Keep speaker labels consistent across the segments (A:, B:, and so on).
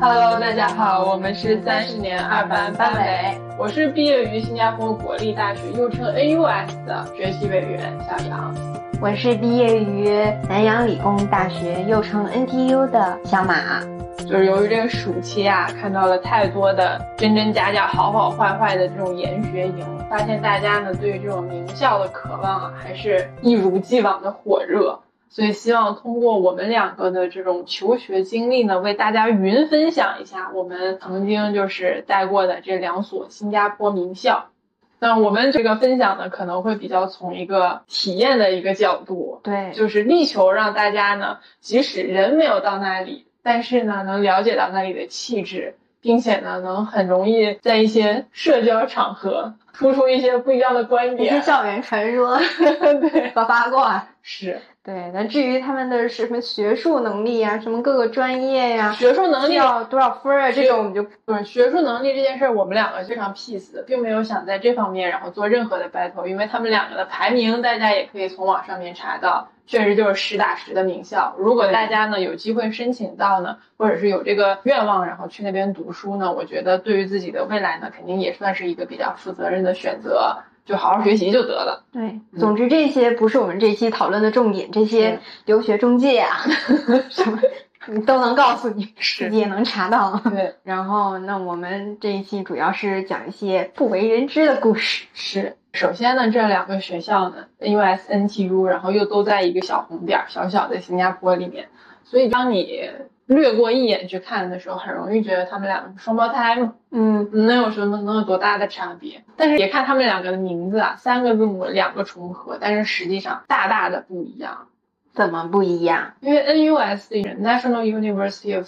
A: Hello，大家好，我们是三十年二班班委，我是毕业于新加坡国立大学，又称 AUS 的学习委员小杨。
B: 我是毕业于南洋理工大学，又称 NTU 的小马。
A: 就是由于这个暑期啊，看到了太多的真真假假、好好坏坏的这种研学营，发现大家呢对于这种名校的渴望啊，还是一如既往的火热。所以希望通过我们两个的这种求学经历呢，为大家云分享一下我们曾经就是待过的这两所新加坡名校。那我们这个分享呢，可能会比较从一个体验的一个角度，
B: 对，
A: 就是力求让大家呢，即使人没有到那里，但是呢，能了解到那里的气质，并且呢，能很容易在一些社交场合 突出一些不一样的观
B: 一些
A: 点。
B: 校园传说、
A: 对，
B: 八八卦。
A: 是
B: 对，那至于他们的什么学术能力呀、什么各个专业呀、
A: 学术能力
B: 要多少分儿啊，这种我们就
A: 对学术能力这件事儿，我们两个非常 peace 的，并没有想在这方面然后做任何的 battle，因为他们两个的排名大家也可以从网上面查到，确实就是实打实的名校。如果大家呢有机会申请到呢，或者是有这个愿望，然后去那边读书呢，我觉得对于自己的未来呢，肯定也算是一个比较负责任的选择，就好好学习就得了。
B: 对。总之，这些不是我们这期讨论的重点，这些留学中介 啊，什么你都能告诉你，自
A: 是
B: 己也能查到。
A: 对，
B: 然后，那我们这一期主要是讲一些不为人知的故事。
A: 是。首先呢，这两个学校呢，NUS、NTU，然后又都在一个小红点儿小小的新加坡里面，所以当你略过一眼去看的时候，很容易觉得他们两个是双胞胎嘛，
B: 嗯，
A: 能有什么能有多大的差别？但是别看他们两个的名字啊，三个字母两个重合，但是实际上大大的不一样。
B: 怎么不一样？
A: 因为 NUS 的 National University of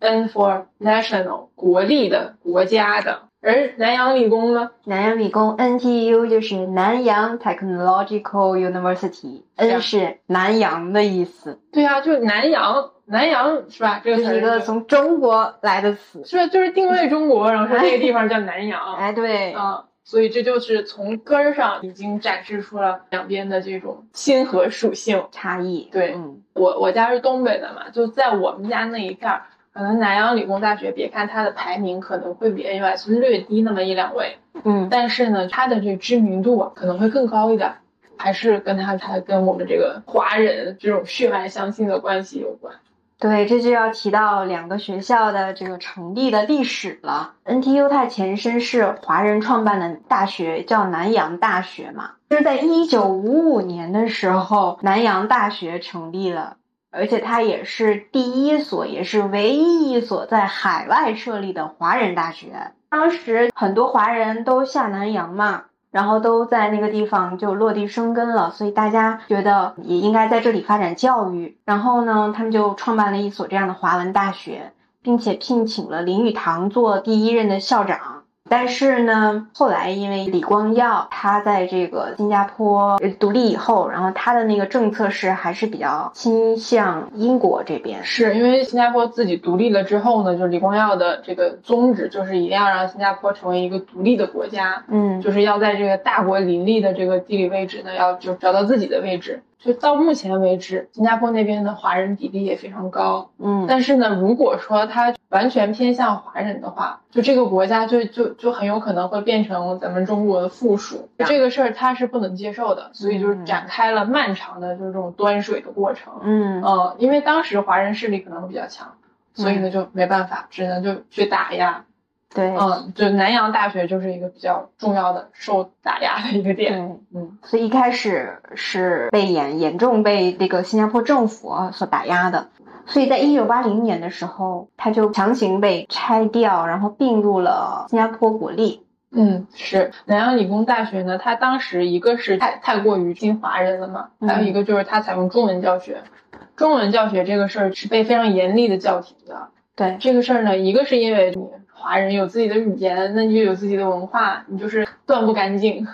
A: Singapore，N for national 国立的国家的，而南洋理工呢，
B: 南洋理工 NTU 就是南洋 Technological University。N 是南洋的意思，
A: 对啊，就是南洋，南洋是吧？这个
B: 这
A: 词
B: 是
A: 儿
B: 一个从中国来的词。
A: 是吧？就是定位中国，然后说这个地方叫南洋。
B: 哎，对，
A: 啊，所以这就是从根儿上已经展示出了两边的这种亲和属性。
B: 差异。
A: 对
B: 嗯，
A: 我我家是东北的嘛，就在我们家那一片儿，可能南洋理工大学，别看它的排名可能会比 NUS 略低那么一两位，
B: 嗯，
A: 但是呢，它的这知名度啊可能会更高一点儿，还是跟它它跟我们这个华人这种血脉相亲的关系有关。
B: 对，这就要提到两个学校的这个成立的历史了。NTU 它前身是华人创办的大学，叫南洋大学嘛，就是在一九五五年的时候，南洋大学成立了。而且它也是第一所，也是唯一一所在海外设立的华人大学。当时很多华人都下南洋嘛，然后都在那个地方就落地生根了，所以大家觉得也应该在这里发展教育。然后呢，他们就创办了一所这样的华文大学，并且聘请了林语堂做第一任的校长。但是呢，后来因为李光耀他在这个新加坡呃独立以后，然后他的那个政策是还是比较倾向英国这边。
A: 是因为新加坡自己独立了之后呢，就是李光耀的这个宗旨就是一定要让新加坡成为一个独立的国家，
B: 嗯，
A: 就是要在这个大国林立的这个地理位置呢，要就找到自己的位置。就到目前为止，新加坡那边的华人比例也非常高，
B: 嗯，
A: 但是呢，如果说它完全偏向华人的话，就这个国家就就就很有可能会变成咱们中国的附属，这个事儿他是不能接受的，所以就是
B: 嗯
A: 展开了漫长的就是这种端水的过程。
B: 嗯，
A: 嗯，因为当时华人势力可能会比较强，所以呢就没办法，只能就去打压。
B: 对，
A: 嗯，就南洋大学就是一个比较重要的受打压的一个点。
B: 对，
A: 嗯，
B: 所以一开始是被严严重被这个新加坡政府啊所打压的，所以在一九八零年的时候，它就强行被拆掉，然后并入了新加坡国立。
A: 嗯，是南洋理工大学呢，它当时一个是太太过于亲华人了嘛，
B: 嗯
A: 还有一个就是它采用中文教学。中文教学这个事儿是被非常严厉的叫停的。
B: 对，
A: 这个事儿呢，一个是因为你华人有自己的语言，那你就有自己的文化，你就是断不干净。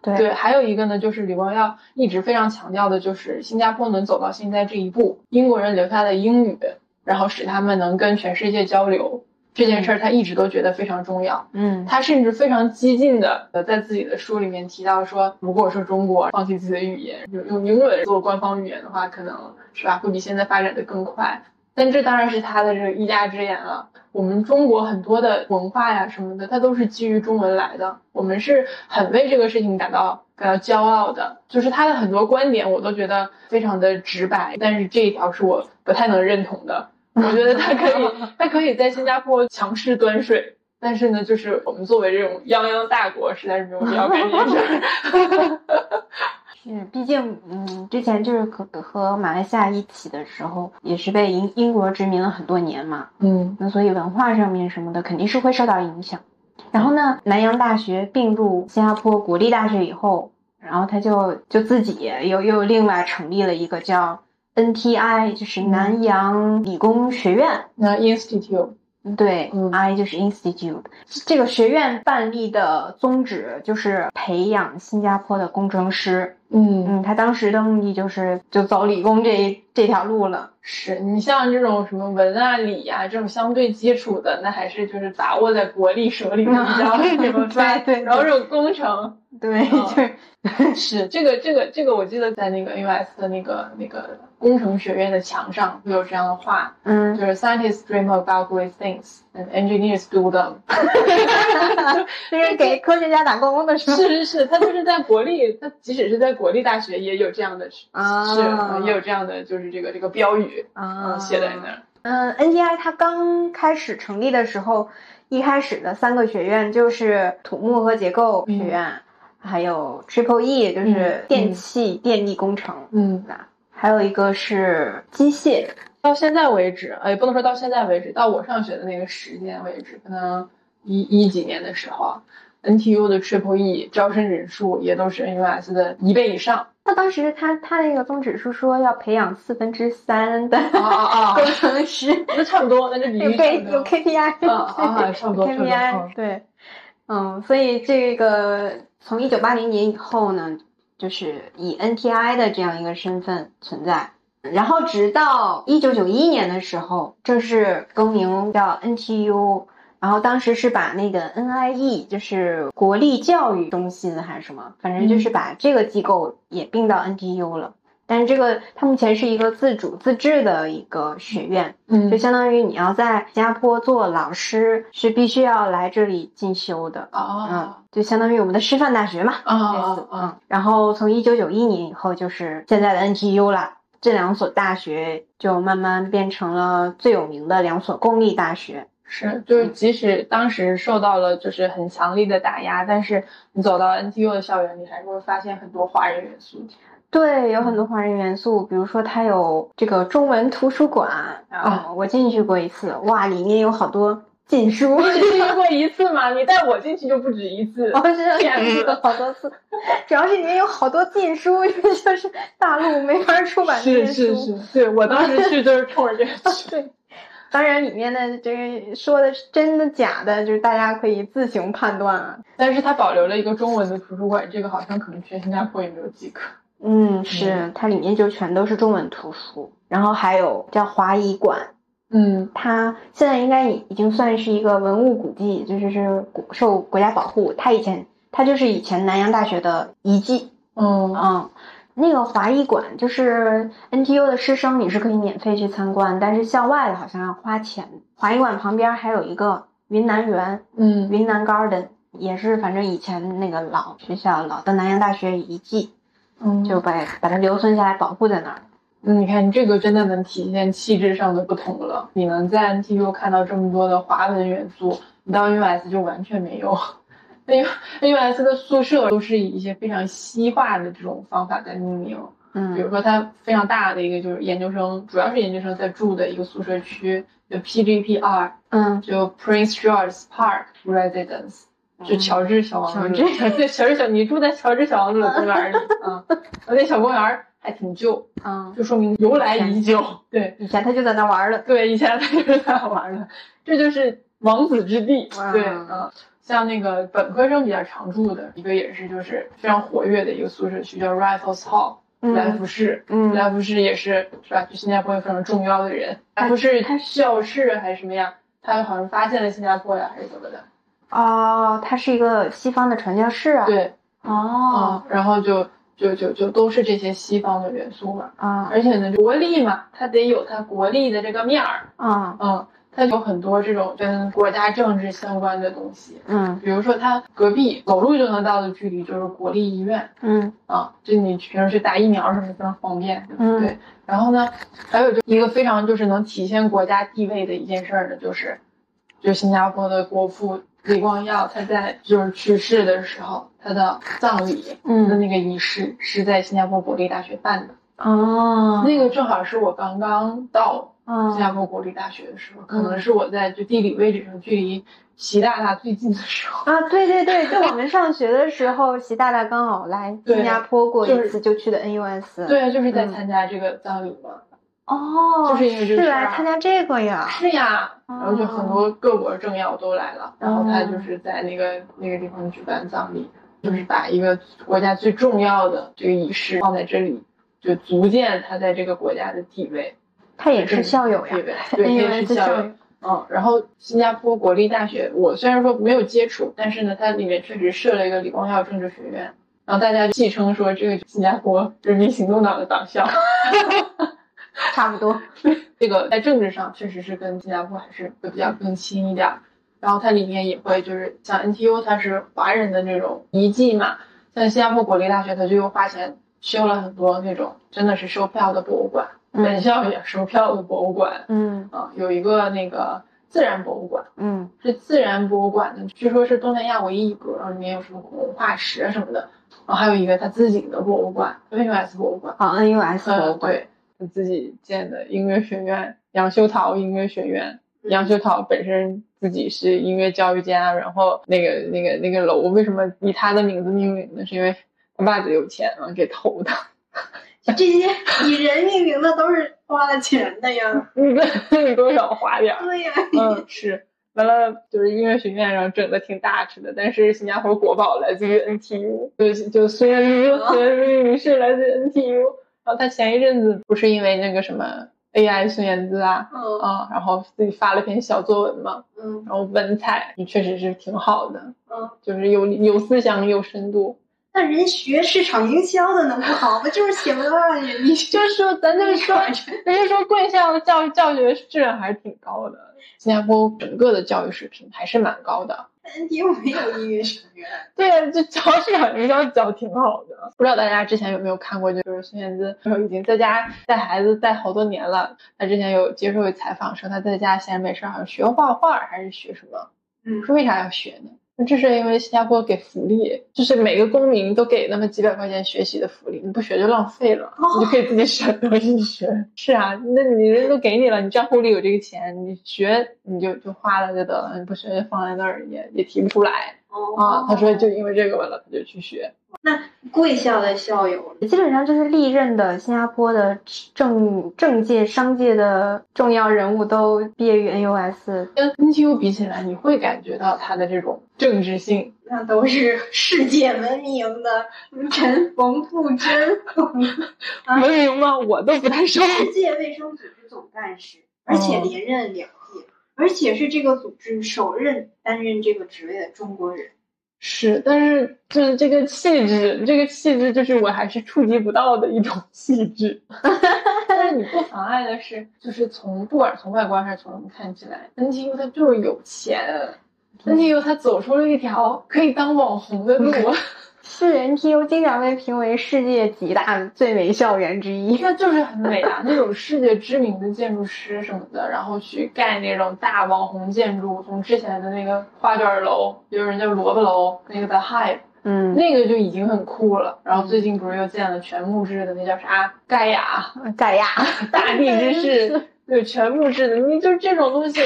B: 对，
A: 对，还有一个呢，就是李光耀一直非常强调的，就是新加坡能走到现在这一步，英国人留下的英语，然后使他们能跟全世界交流这件事儿，他一直都觉得非常重要。
B: 嗯，
A: 他甚至非常激进的在自己的书里面提到说，如果说中国放弃自己的语言，用用英文做官方语言的话，可能是吧，会比现在发展的更快。但这当然是他的这个一家之言了。我们中国很多的文化呀什么的，它都是基于中文来的。我们是很为这个事情感到感到骄傲的。就是他的很多观点，我都觉得非常的直白，但是这一条是我不太能认同的。我觉得他可以，他可以在新加坡强势端水，但是呢，就是我们作为这种泱泱大国，实在是没有必要干这事儿。
B: 是，毕竟，嗯，之前就是和和马来西亚一起的时候，也是被英英国殖民了很多年嘛，
A: 嗯
B: 那所以文化上面什么的肯定是会受到影响。然后呢，南洋大学并入新加坡国立大学以后，然后他就就自己又又另外成立了一个叫 NTI，就是南洋理工学院，
A: 那 institute，
B: 对、
A: 嗯
B: i 就是 Institute。这个学院办立的宗旨就是培养新加坡的工程师。
A: 嗯，
B: 嗯，他当时的目的就是就走理工这一这条路了。
A: 是你像这种什么文啊、理呀、这种相对基础的，那还是就是把握在国力手里比较这么发。
B: 嗯 对对
A: 然后这种工程
B: 对，
A: 哦
B: 就是
A: 是这个这个这个，我记得在那个 US 的那个那个工程学院的墙上会有这样的话，
B: 嗯，
A: 就是 scientists dream about great things and engineers do them 。
B: 就是给科学家打 工的时候
A: 是是是，他就是在国立，他即使是在国立大学也有这样的，是
B: 啊
A: 也有这样的，就是这个这个标语，
B: 啊
A: 嗯，写在那。儿。
B: 嗯，NTI 它刚开始成立的时候，一开始的三个学院就是土木和结构学院，还有 Triple E 就是
A: 嗯
B: 电气、电力工程，
A: 嗯，
B: 还有一个是机械。
A: 到现在为止，呃，也不能说到现在为止，到我上学的那个时间为止，可能一一几年的时候啊，NTU 的 Triple E 招生人数也都是 NUS 的一倍以上。
B: 那当时他他那个宗旨是说要培养四分之三的
A: 啊啊啊
B: 工！程师。
A: 那差不多，那就比
B: 有
A: 喻差
B: 被
A: 不
B: 有
A: 多。
B: KPI，
A: 啊啊差不多差不多
B: KPI，对，嗯，所以这个从一九八零年以后呢，就是以 NTI 的这样一个身份存在，然后直到一九九一年的时候正式更名叫 NTU。然后当时是把那个 NIE，就是国立教育中心还是什么，反正就是把这个机构也并到 NTU 了。但是这个它目前是一个自主自治的一个学院，
A: 嗯
B: 就相当于你要在新加坡做老师，是必须要来这里进修的。嗯
A: 啊，
B: 就相当于我们的师范大学嘛，
A: 啊啊
B: 类似。
A: 啊！
B: 嗯，然后从一九九一年以后，就是现在的 NTU 啦。这两所大学就慢慢变成了最有名的两所公立大学。
A: 是，就是即使当时受到了就是很强力的打压，但是你走到 NTU 的校园，你还是会发现很多华人元 素。
B: 对，有很多华人元素，比如说它有这个中文图书馆，
A: 啊
B: 嗯，我进去过一次，哇，里面有好多禁书。
A: 你只进去过一次吗？你带我进去就不止一 次。
B: 我哦
A: 骗
B: 是两
A: 子
B: 次了好多次，主要是里面有好多禁书，就是大陆没法出版这些
A: 是
B: 书。。
A: 是是，对 我当时去就是冲着这个 去
B: 对，当然里面的这个说的是真的假的，就是大家可以自行判断啊。
A: 但是它保留了一个中文的图书馆，这个好像可能全新加坡也没有几个。
B: 嗯，是它里面就全都是中文图书，然后还有叫华夷馆，
A: 嗯
B: 它现在应该已已经算是一个文物古迹，就是是国受国家保护。它以前它就是以前南洋大学的遗迹。
A: 嗯
B: 嗯，那个华艺馆就是 NTU 的师生，你是可以免费去参观，但是校外的好像要花钱。华艺馆旁边还有一个云南园，
A: 嗯
B: 云南 Garden 也是，反正以前那个老学校老的南洋大学遗迹，
A: 嗯，
B: 就把把它留存下来，保护在那儿。
A: 嗯，你看这个真的能体现气质上的不同了。你能在 NTU 看到这么多的华文元素，你到 US 就完全没有。因为 US 的宿舍都是以一些非常西化的这种方法在命名，比如
B: 嗯
A: 说它非常大的一个就是研究生，主要是研究生在住的一个宿舍区，就 PGPR，
B: 嗯，
A: 就 Prince George Park Residence，就乔治小王子，
B: 嗯乔治
A: 对乔治小，你住在乔治小王子的公 园里啊，那小公园还挺旧，
B: 嗯，
A: 就说明由来已久。 对
B: 以前他就在那儿玩了。
A: 对，以前他就是这样玩的，这就是王子之地。
B: 哇
A: 对，嗯，像那个本科生比较常住的一个也是就是非常活跃的一个宿舍区，叫 Raffles Hall 莱
B: 嗯
A: 福士。
B: 嗯，
A: 莱福士也是是吧？就新加坡非常重要的人，莱福士
B: 他是
A: 校士还是什么呀？他好像发现了新加坡呀，还是怎么的？
B: 哦，它是一个西方的传教士啊。
A: 对，
B: 哦，
A: 嗯，然后就就就就都是这些西方的元素
B: 哦
A: 嘛。
C: 啊
A: 而且呢，国力嘛，它得有它国力的这个面儿，
C: 啊
A: 嗯，它有很多这种跟国家政治相关的东西，
C: 嗯
A: 比如说它隔壁走路就能到的距离就是国立医院
C: 嗯
A: 啊，就你平时去打疫苗什么非常方便，对不对？
C: 嗯
A: 然后呢，还有就一个非常就是能体现国家地位的一件事儿呢，就是就是新加坡的国父李光耀，他在就是去世的时候，他的葬礼他的
C: 嗯
A: 那个仪式是在新加坡国立大学办的，
C: 哦，
A: 那个正好是我刚刚到
B: 哦
A: 新加
C: 啊
A: 坡国立大学的时候，可
C: 嗯
A: 能是我在就地理位置上距离习大大最近的时候。
C: 啊，对对对，就我们上学的时候，习大大刚好来
A: 对
C: 新加坡过
A: 就
C: 一
A: 是
C: 次，就去的 NUS。，
A: 对，就是在参加这个葬礼嘛。
C: 嗯哦，
A: 就是因为这个
C: 是
A: 事
C: 来
A: 儿
C: 参加这个呀。
A: 是呀，
C: 哦
A: 然后就很多各国政要都来了，然后他就是在那个那个地方举办葬礼，就是把一个国家最重要的这个仪式放在这里，就足见他在这个国家的地位。
C: 他也是校友呀
A: 地位，对， 他也
C: ，NUS
A: 是校友。
C: 友。
A: 嗯，然后新加坡国立大学，我虽然说没有接触，但是呢，它里面确实设了一个李光耀政治学院，然后大家戏称说这个新加坡人民行动党的党校，
C: 差不 多。
A: 这个在政治上确实是跟新加坡还是会比较更亲一点儿。然后它里面也会就是像 NTU 它是华人的那种遗迹嘛，像新加坡国立大学它就又花钱修了很多那种真的是售票的博物馆，本
C: 嗯
A: 校也售票的博物馆
C: 嗯
A: 啊、有一个那个自然博物馆。
C: 嗯
A: 是自然博物馆的，据说是东南亚唯一一个，然后里面有什么恐龙化石啊什么的，然后还有一个他自己的博物馆，NUS 博物馆，
C: 啊，NUS
A: 嗯
C: 博物馆。
A: 对，他自己建的音乐学院，杨修陶音乐学院，
C: 嗯
A: 杨修陶本身自己是音乐教育家，然后那个那个那个楼为什么以他的名字命名呢？是因为他爸爸有钱啊，给投的。
C: 这些以人命名的都是花了钱的呀。
A: 你多少花点儿。
C: 对呀。
A: 嗯，是。完了就是音乐学院，然后整的挺大吃的，但是新加坡国宝来自于 NTU，就就孙燕姿、
C: 啊
A: 孙燕姿女士来自于 NTU。然后她前一阵子不是因为那个什么 AI 孙燕姿啊
C: 嗯
A: 啊，然后自己发了篇小作文嘛，
C: 嗯
A: 然后文采确实是挺好的，
C: 嗯，
A: 就是有有思想有深度。
C: 那人学市场营销的能不好吗？就是写不到让人一
A: 就是说咱这个说，人家说贵校的教教学质量还是挺高的，新加坡整个的教育水平还是蛮高的。
C: NTU 没有音乐学院。
A: 对呀，就教市场营销教挺好的。不知道大家之前有没有看过，就是孙燕姿已经在家带孩子带好多年了。她之前有接受采访说，她在家闲着没事儿，好像学画画还是学什么？
C: 嗯
A: 我说为啥要学呢？这是因为新加坡给福利，就是每个公民都给那么几百块钱学习的福利，你不学就浪费了，
C: 哦
A: 你就可以自己选东西学。是啊，那你人都给你了，你账户里有这个钱，你学你就就花了就得了，你不学就放在那儿也也提不出来。
C: 哦
A: 啊，他说就因为这个完了，他就去学。
B: 贵校的校友，
C: 基本上就是历任的新加坡的政政界、商界的重要人物都毕业于 NUS。
A: 跟 NTU 比起来，你会感觉到他的这种政治性，
B: 那都是世界闻名的陈冯富珍，啊
A: 文明吗？我都不太熟。
B: 世界卫生组织总干事，
A: 哦
B: 而且连任两届，而且是这个组织首任担任这个职位的中国人。
A: 是，但是就是这个气质，这个气质就是我还是触及不到的一种气质。 但是你不妨碍的是，就是从不管从外观还是从我们看起来，NTU 他就是有钱，NTU 他走出了一条可以当网红的路。
C: 是 NTU 经常被评为世界几大最美校园之一。
A: 那就是很美啊，那种世界知名的建筑师什么的，然后去盖那种大网红建筑，从之前的那个花卷楼，有人叫萝卜楼，那个 The Hive，
C: 嗯，
A: 那个就已经很酷了。然后最近不是又建了全木质的那叫啥盖亚
C: 盖亚，
A: 大地之士，对，全木质的，你就这种东西，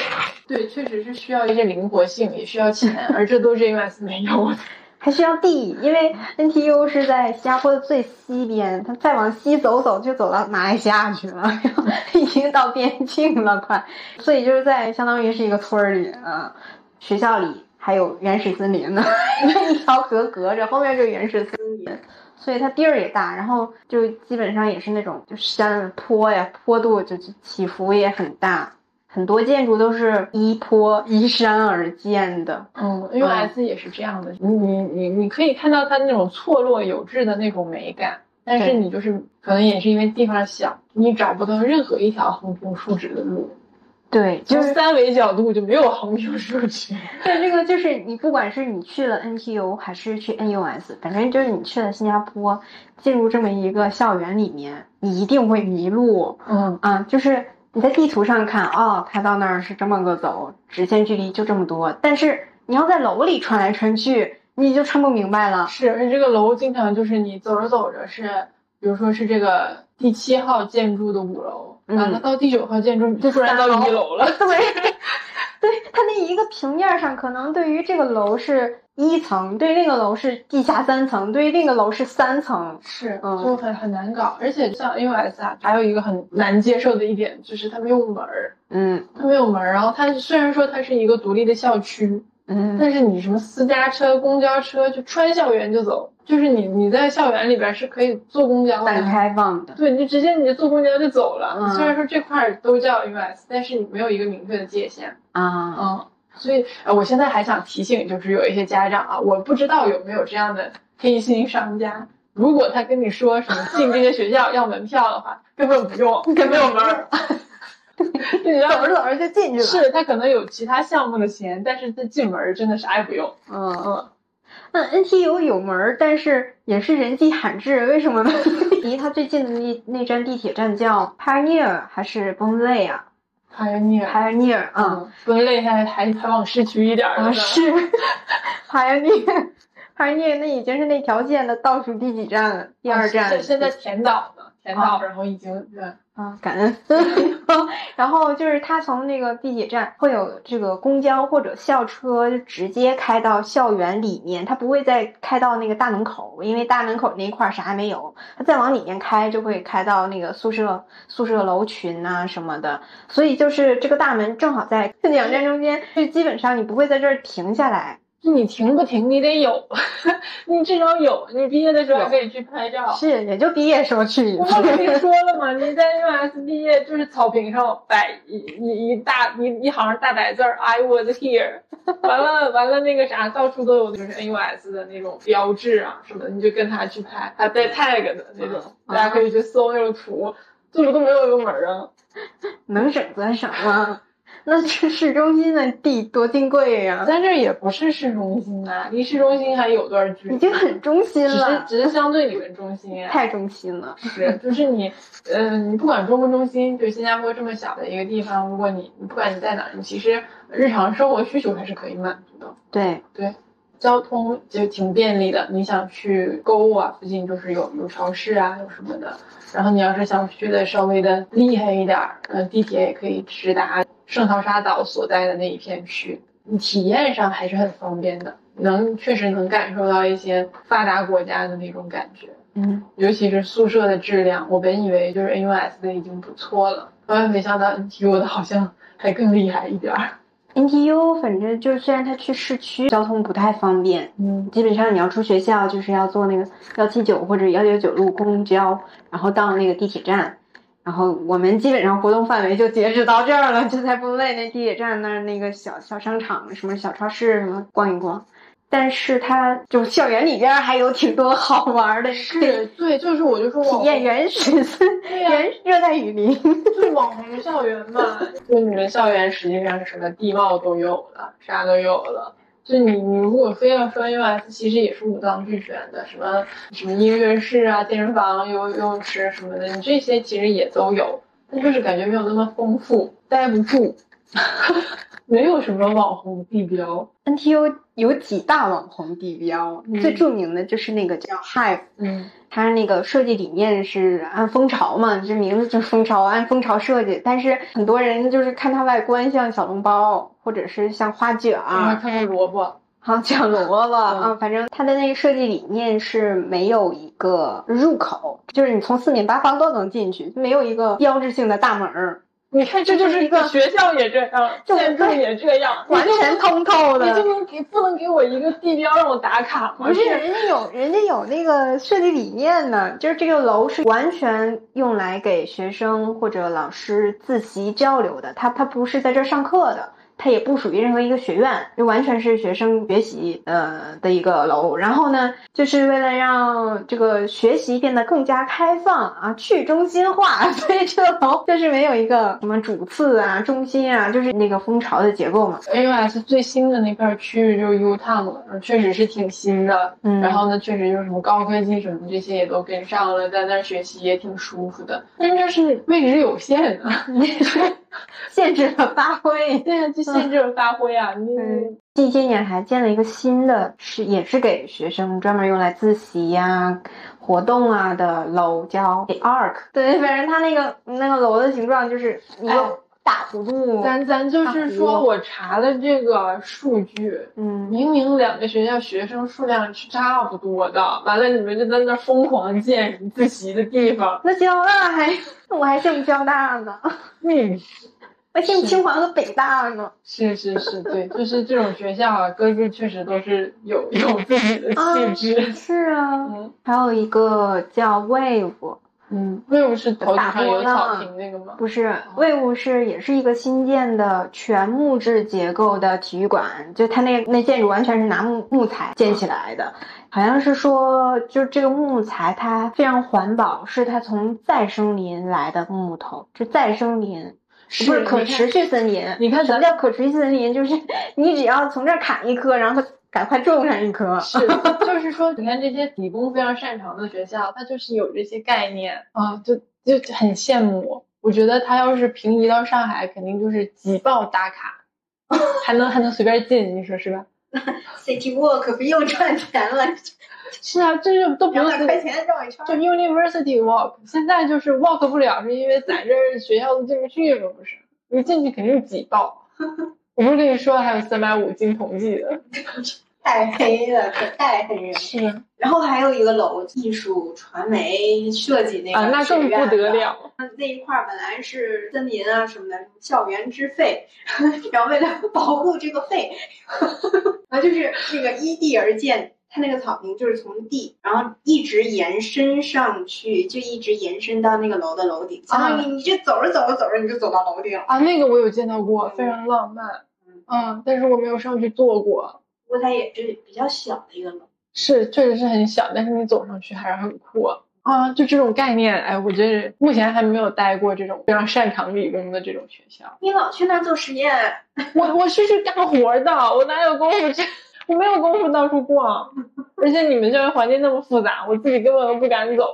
A: 对，确实是需要一些灵活性，也需要钱，而这都是 US 没有的。
C: 还需要地，因为 NTU 是在新加坡的最西边，它再往西走走就走到马来西亚去了， 然后已经到边境了快，所以就是在相当于是一个村儿里啊，学校里还有原始森林呢， 一条河隔着，后面就是原始森林。所以它地儿也大，然后就基本上也是那种就山坡呀，坡度就是起伏也很大，很多建筑都是依坡依山而建的。
A: 嗯，US 也是这样的，你你你你可以看到它那种错落有致的那种美感，但是
C: 对
A: 你就是可能也是因为地方小，你找不到任何一条横平竖直的路，
C: 对，
A: 就
C: 就是
A: 三维角度就没有横平竖直。
C: 对这个，就是你不管是你去了 NTU 还是去 NUS，反正就是你去了新加坡，进入这么一个校园里面，你一定会迷路
A: 嗯，
C: 啊、就是你在地图上看，哦，它到那儿是这么个走，直线距离就这么多，但是你要在楼里穿来穿去，你就穿不明白了。
A: 是，而且这个楼经常就是你走着走着是，比如说是这个第七号建筑的五楼，
C: 嗯
A: 然后到第九号建筑
C: 就
A: 突然
C: 三
A: 到
C: 楼
A: 一楼了。
C: 对， 对，它那一个平面上，可能对于这个楼是一层，对那个楼是地下三层，对于那个楼是三层。
A: 是，
C: 嗯
A: 就很很难搞，而且像 US 啊，还有一个很难接受的一点就是它没有门儿，
C: 嗯
A: 它没有门儿。然后它虽然说它是一个独立的校区，
C: 嗯，
A: 但是你什么私家车、公交车就穿校园就走，就是你你在校园里边是可以坐公交的，
C: 半开放的。
A: 对，你就直接你就坐公交就走了。
C: 嗯
A: 虽然说这块儿都叫 US，但是你没有一个明确的界限。
C: 啊，
A: 嗯，所以呃，我现在还想提醒，就是有一些家长啊，我不知道有没有这样的黑心商家。如果他跟你说什么进这些学校要门票的话，根本不 用，根本没有门儿。对，你
C: 走
A: 要
C: 着走着就进去了。，
A: 是他可能有其他项目的钱，但是他进门儿真的啥也不用。
C: 嗯
A: 嗯
C: 嗯。那 NTU 有门儿，但是也是人迹罕至，为什 么呢？离它最近的那那站地铁站叫 Pioneer 还是 Bonlay 啊
A: ，pioneer，
C: ？Pioneer 啊、
A: 嗯，分类还还还往市区一点儿的嗯
C: 啊
A: 呢。
C: 是 Pioneer Pioneer 那已经是那条线的倒数第几站了？第二站。
A: 现现在填岛呢，填岛，然后已经嗯对
C: 啊，感恩。 然后就是它从那个地铁站会有这个公交或者校车就直接开到校园里面，它不会再开到那个大门口，因为大门口那一块儿啥也没有。它再往里面开就会开到那个宿舍宿舍楼群啊什么的，所以就是这个大门正好在这两站中间，就基本上你不会在这儿停下来。
A: 就你停不停，你得有， 你至少有，你毕业的时候还
C: 有
A: 可以去拍照。
C: 是，也就毕业时候去 一
A: 我刚才
C: 次。
A: 跟你说了嘛，你在 US 毕业就是草坪上摆一一一大一一行大白字儿，I was here。完 了完了，那个啥，到处都有就是 NUS 的那种标志啊什么的，你就跟他去拍，还带 tag 的那种，大
C: 啊
A: 家可以去搜那种图，就是都没有用门儿啊。
C: 能省则省啊。那这市中心的地多金贵呀、
A: 咱这儿也不是市中心呐、离市中心还有段距
C: 已
A: 离，
C: 经很中心
A: 只是
C: 了，
A: 只是相对你们中心啊。
C: 太中心了。
A: 是，就是你，嗯，你不管中不中心，就新加坡这么小的一个地方，如果你你不管你在哪儿，你其实日常生活需求还是可以满足的，
C: 对，
A: 交通就挺便利的。你想去购物啊，附近就是有有超市啊，有什么的。然后你要是想去的稍微的厉害一点儿，呃，地铁也可以直达圣淘沙岛所在的那一片区，你体验上还是很方便的，能确实能感受到一些发达国家的那种感觉。
C: 嗯，
A: 尤其是宿舍的质量，我本以为就是 NUS 的已经不错了，万万没想到 NTU 的好像还更厉害一点儿。
C: NTU 反正就是，虽然它去市区交通不太方便，
A: 嗯，
C: 基本上你要出学校就是要坐那个幺七九或者幺九九路公交，然后到那个地铁站。然后我们基本上活动范围就截止到这儿了，就在布类那地铁站那儿那个小小商场、什么小超市什么逛一逛。但是它就校园里边儿还有挺多好玩儿的，可以
A: 是，对，就是我就说
C: 体验原始 森、
A: 对啊呀、
C: 原热带雨林。
A: 就是网红校园嘛，就你们校园实际上是什么地貌都有了，啥都有了。就你你如果非要说 US，其实也是五脏俱全的，什么什么音乐室啊、健身房、游游泳池什么的，你这些其实也都有，但就是感觉没有那么丰富，待不住， 没有什么网红地标。
C: NTU 有几大网红地标，
A: 嗯
C: 最著名的就是那个叫 Hive，
A: 嗯
C: 它那个设计理念是按风潮嘛，这名字就是风潮，按风潮设计。但是很多人就是看它外观像小笼包，或者是像花卷
A: 啊，
C: 儿，
A: 看看萝卜，
C: 好像萝卜
A: 嗯
C: 啊，反正它的那个设计理念是没有一个入口，就是你从四面八方都能进去，没有一个标志性的大门儿。
A: 你看，这就是一个学校也这样，
C: 就是
A: 建筑也这样，
C: 完全通透
A: 你就
C: 的。
A: 能给不能给我一个地标让我打卡吗？
C: 不是，人家有人家有那个设计理念呢，就是这个楼是完全用来给学生或者老师自习交流的，它它不是在这儿上课的，它也不属于任何一个学院，就完全是学生学习呃的一个楼。然后呢，就是为了让这个学习变得更加开放啊，去中心化， 所以这个楼就是没有一个什么主次啊、中心啊，就是那个蜂巢的结构嘛。
A: AUS 最新的那片区域就是 U Town 了，呃确实是挺新的。
C: 嗯，
A: 然后呢，确实就是什么高科技什么这些也都跟上了，在那儿学习也挺舒服的。但是就是位置有限 啊，
C: 限制了发挥。
A: 对啊，就限制了发挥啊。你
C: 嗯，近些年还建了一个新的，是也是给学生专门用来自习呀、活动啊的楼，叫 The Arc。对，反正它那个那个楼的形状就是一
A: 哎
C: 个大弧度。
A: 咱咱就是
C: 啊
A: 说我查了这个数据，
C: 嗯，
A: 明明两个学校学生数量是差不多的，完了你们就在那儿疯狂建什么自习的地方，
C: 那交大还我还姓交大呢，
A: 嗯。
C: 我姓
A: 是
C: 清华和北大呢。
A: 是是是，对，就是这种学校啊，各自确实都是有有自己的气质。
C: 哦是啊，
A: 嗯
C: 还有一个叫 Wave，
A: 嗯，为什是头顶上有草坪那个吗？
C: 不
B: 哦
C: 是 Wave 是也是一个新建的全木质结构的体育馆，就它那那建筑完全是拿木木材建起来的，好像是说就这个木材它非常环保，是它从再生林来的木头，是再生林，不是可持续森林。
A: 你看
C: 什么
A: 咱
C: 叫可持续森林？就是 你只要从这儿砍一棵，然后它赶快种上一棵。
A: 是，就是说，你看这些理工非常擅长的学校，它就是有这些概念啊，就就很羡慕。我觉得它要是平移到上海，肯定就是挤爆打卡，还能还能随便进，你说是吧？
B: City Walk 不又赚钱了，
A: 是啊，这就都不
B: 两
A: 用
B: 百块钱绕一圈
A: 就
B: 儿。
A: University Walk，现在就是 walk 不了，是因为咱这儿学校都进不去了，不是？一进去肯定是挤爆。 我不是跟你说还有三百五进同济的，
B: 太黑了，可太黑了。
A: 是啊，
B: 然后还有一个楼，艺术传媒设计那个
A: 啊那更不得。了。
B: 那一块儿本来是森林啊什么的，校园之 肺，然后为了保护这个肺， 然后就是那个依地而建，它那个草坪就是从地，然后一直延伸上去，就一直延伸到那个楼的楼顶，相当于你这走着走着走着你就走到楼顶了。
A: 啊，那个我有见到过，
B: 嗯
A: 非常浪漫。
B: 嗯，
A: 嗯，但是我没有上去坐过。
B: 不过它也是比较小的一个楼。
A: 是，确实是很小，但是你走上去还是很酷啊。啊，就这种概念，哎，我觉得目前还没有待过这种非常擅长理工的这种学校。
B: 你老去那儿做实验，
A: 我我是去干活的，我哪有功夫去？ 我没有功夫到处逛，而且你们校园环境那么复杂，我自己根本都不敢走。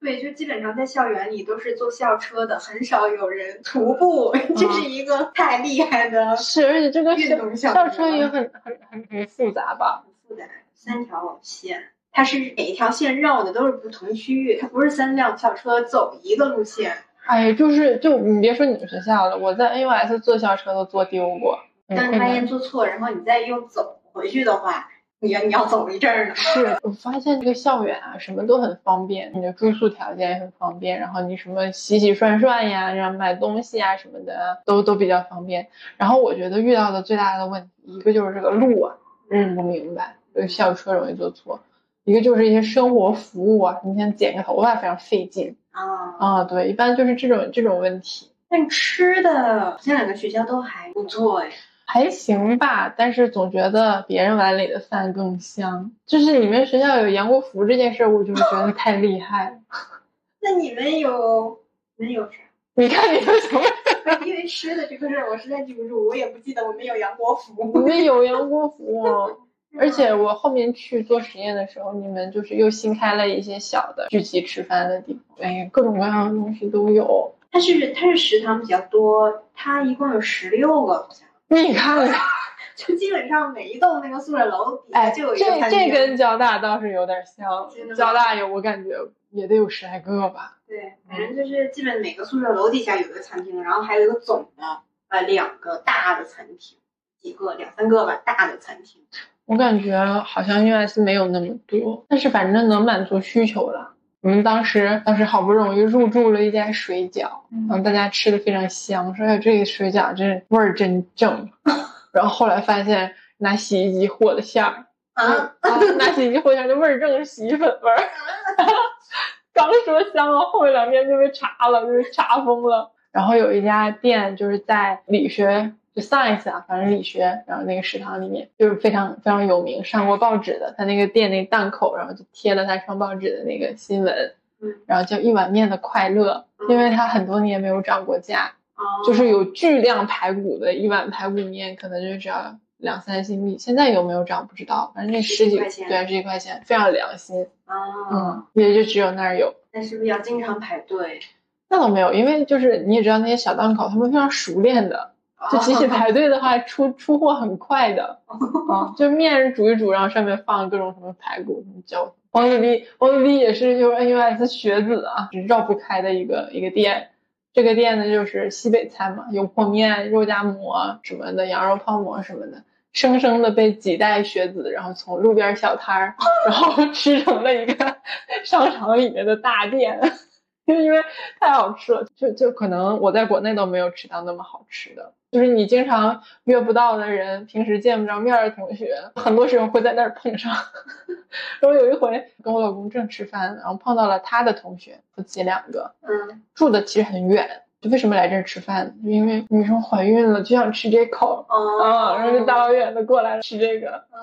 B: 对，就基本上在校园里都是坐校车的，很少有人徒步， 这是一个太厉害的
A: 是，而且这个
B: 运动项
A: 校
B: 目
A: 校车也很很很很复杂吧？
B: 很复杂，三条线，它是每一条线绕的都是不同区域，它不是三辆校车走一个路线。
A: 哎，就是就你别说你们学校了，我在 NUS 坐校车都坐丢过。嗯
B: 但是发现坐错，然后你再用走回去的话，你要你要走一阵儿呢。
A: 是，我发现这个校园啊，什么都很方便，你的住宿条件也很方便，然后你什么洗洗涮涮呀，然后买东西啊什么的，都都比较方便。然后我觉得遇到的最大的问题，一个就是这个路啊，认不明白，这个校车容易坐错；一个就是一些生活服务啊，你像剪个头发非常费劲
B: 啊，
A: 啊，对，一般就是这种这种问题。
B: 但吃的这两个学校都还不错哎。
A: 还行吧，但是总觉得别人碗里的饭更香。就是你们学校有杨国福这件事儿，我就是觉得太厉害了。
B: 那你们有你们有啥？
A: 你看你们什么？
B: 因为吃的这个事儿，我实在记不住，我也不记得我们有杨国
A: 你
B: 福。
A: 们有杨 国福，哦而且我后面去做实验的时候，你们就是又新开了一些小的聚集吃饭的地方，哎呀，各种各样的东西都有。
B: 它是它是食堂比较多，它一共有十六个，好像。
A: 你看看，
B: 就基本上每一栋那个宿舍楼底下
A: 哎，
B: 就
A: 这
B: 有一个餐
A: 这
B: 厅。
A: 跟交大倒是有点像
B: 真的，吗
A: 交大有我感觉也得有十来个吧。
B: 对，反正就是基本每个宿舍楼底下有一个餐厅，然后还有一个总的，呃，两个大的餐厅，几个两三个吧，大的餐厅。
A: 我感觉好像 US 没有那么多，但是反正能满足需求了。我们当时当时好不容易入住了一家水饺，
B: 嗯
A: 然后大家吃的非常香，说哎这个水饺真味儿真正。 然后后来发现拿洗衣机和的馅儿，
B: 啊，
A: 啊拿洗衣机和馅儿那味儿正是洗衣粉味儿。
B: 啊
A: 刚说香了，后面两天就被查了，就被查封了。然后有一家店就是在理学。就 science 啊，反正理学，然后那个食堂里面就是非常非常有名，上过报纸的。他那个店那个档口，然后就贴了他上报纸的那个新闻，
B: 嗯
A: 然后叫一碗面的快乐，因为他很多年没有涨过价，
B: 哦
A: 就是有巨量排骨的一碗排骨面，可能就只要两三新币，现在有没有涨不知道，反正那十几
B: 十几块钱
A: 对十几块钱，非常良心，
B: 啊，
A: 嗯，也就只有那儿有。
B: 那是不是要经常排队？
A: 那倒没有，因为就是你也知道那些小档口，他们非常熟练的，
B: 哦
A: 就即使排队的话，出出货很快的。啊， 就面煮一煮，然后上面放各种什么排骨、什么椒。王子立，王子立也是就是哎 NUS 学子啊，是绕不开的一个一个店。这个店呢，就是西北菜嘛，油泼面、肉夹馍什么的，羊肉泡馍什么的，生生的被几代学子，然后从路边小摊儿，然后 吃成了一个商场里面的大店。 就因为太好吃了，就就可能我在国内都没有吃到那么好吃的。就是你经常约不到的人，平时见不着面儿的同学，很多时候会在那儿碰上。 然后有一回跟我老公正吃饭，然后碰到了他的同学，夫妻两个，
B: 嗯，
A: 住的其实很远。就为什么来这儿吃饭？因为女生怀孕了，就想吃这口
B: 哦
A: 啊，，然后就大老远的过来吃这个。
B: 哦。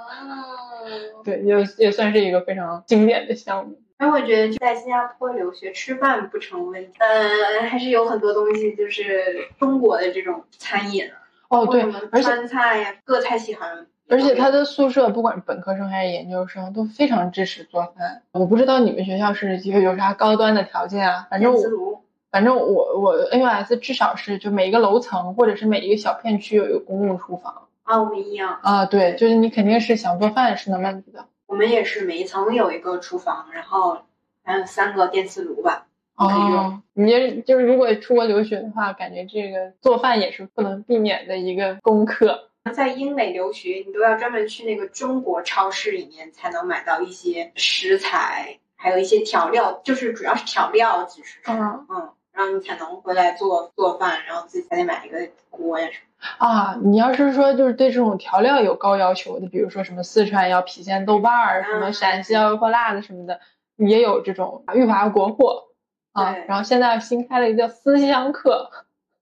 A: 对，也也算是一个非常经典的项目。
B: 然后我觉得就在新加坡留学吃饭不成问题，呃，还是有很多东西就是中国的这种餐饮啊，
A: 哦，对
B: 或者什么，
A: 而且
B: 川菜呀、各菜系好像，
A: 而且他的宿舍，不管是本科生还是研究生，都非常支持做饭。我不知道你们学校是有有啥高端的条件啊，反正
B: 电
A: 我
B: 磁炉，
A: 反正我我 NUS 至少是就每一个楼层或者是每一个小片区有一个公共厨房
B: 啊，我们一样，
A: 啊，对，就是你肯定是想做饭是能办到的。
B: 我们也是每一层有一个厨房，然后还有三个电磁炉吧，你可以用。
A: 哦，你这就是如果出国留学的话，感觉这个做饭也是不能避免的一个功课。
B: 在英美留学，你都要专门去那个中国超市里面才能买到一些食材，还有一些调料，就是主要是调料，其实是
A: 嗯
B: 嗯，然后你才能回来做做饭，然后自己还得买一个锅呀什么。
A: 啊，你要是说就是对这种调料有高要求的，比如说什么四川要郫县豆瓣儿，什么
B: 嗯
A: 陕西要油泼辣子什么的，也有这种裕华国货啊
B: 对。
A: 然后现在新开了一个叫思乡客，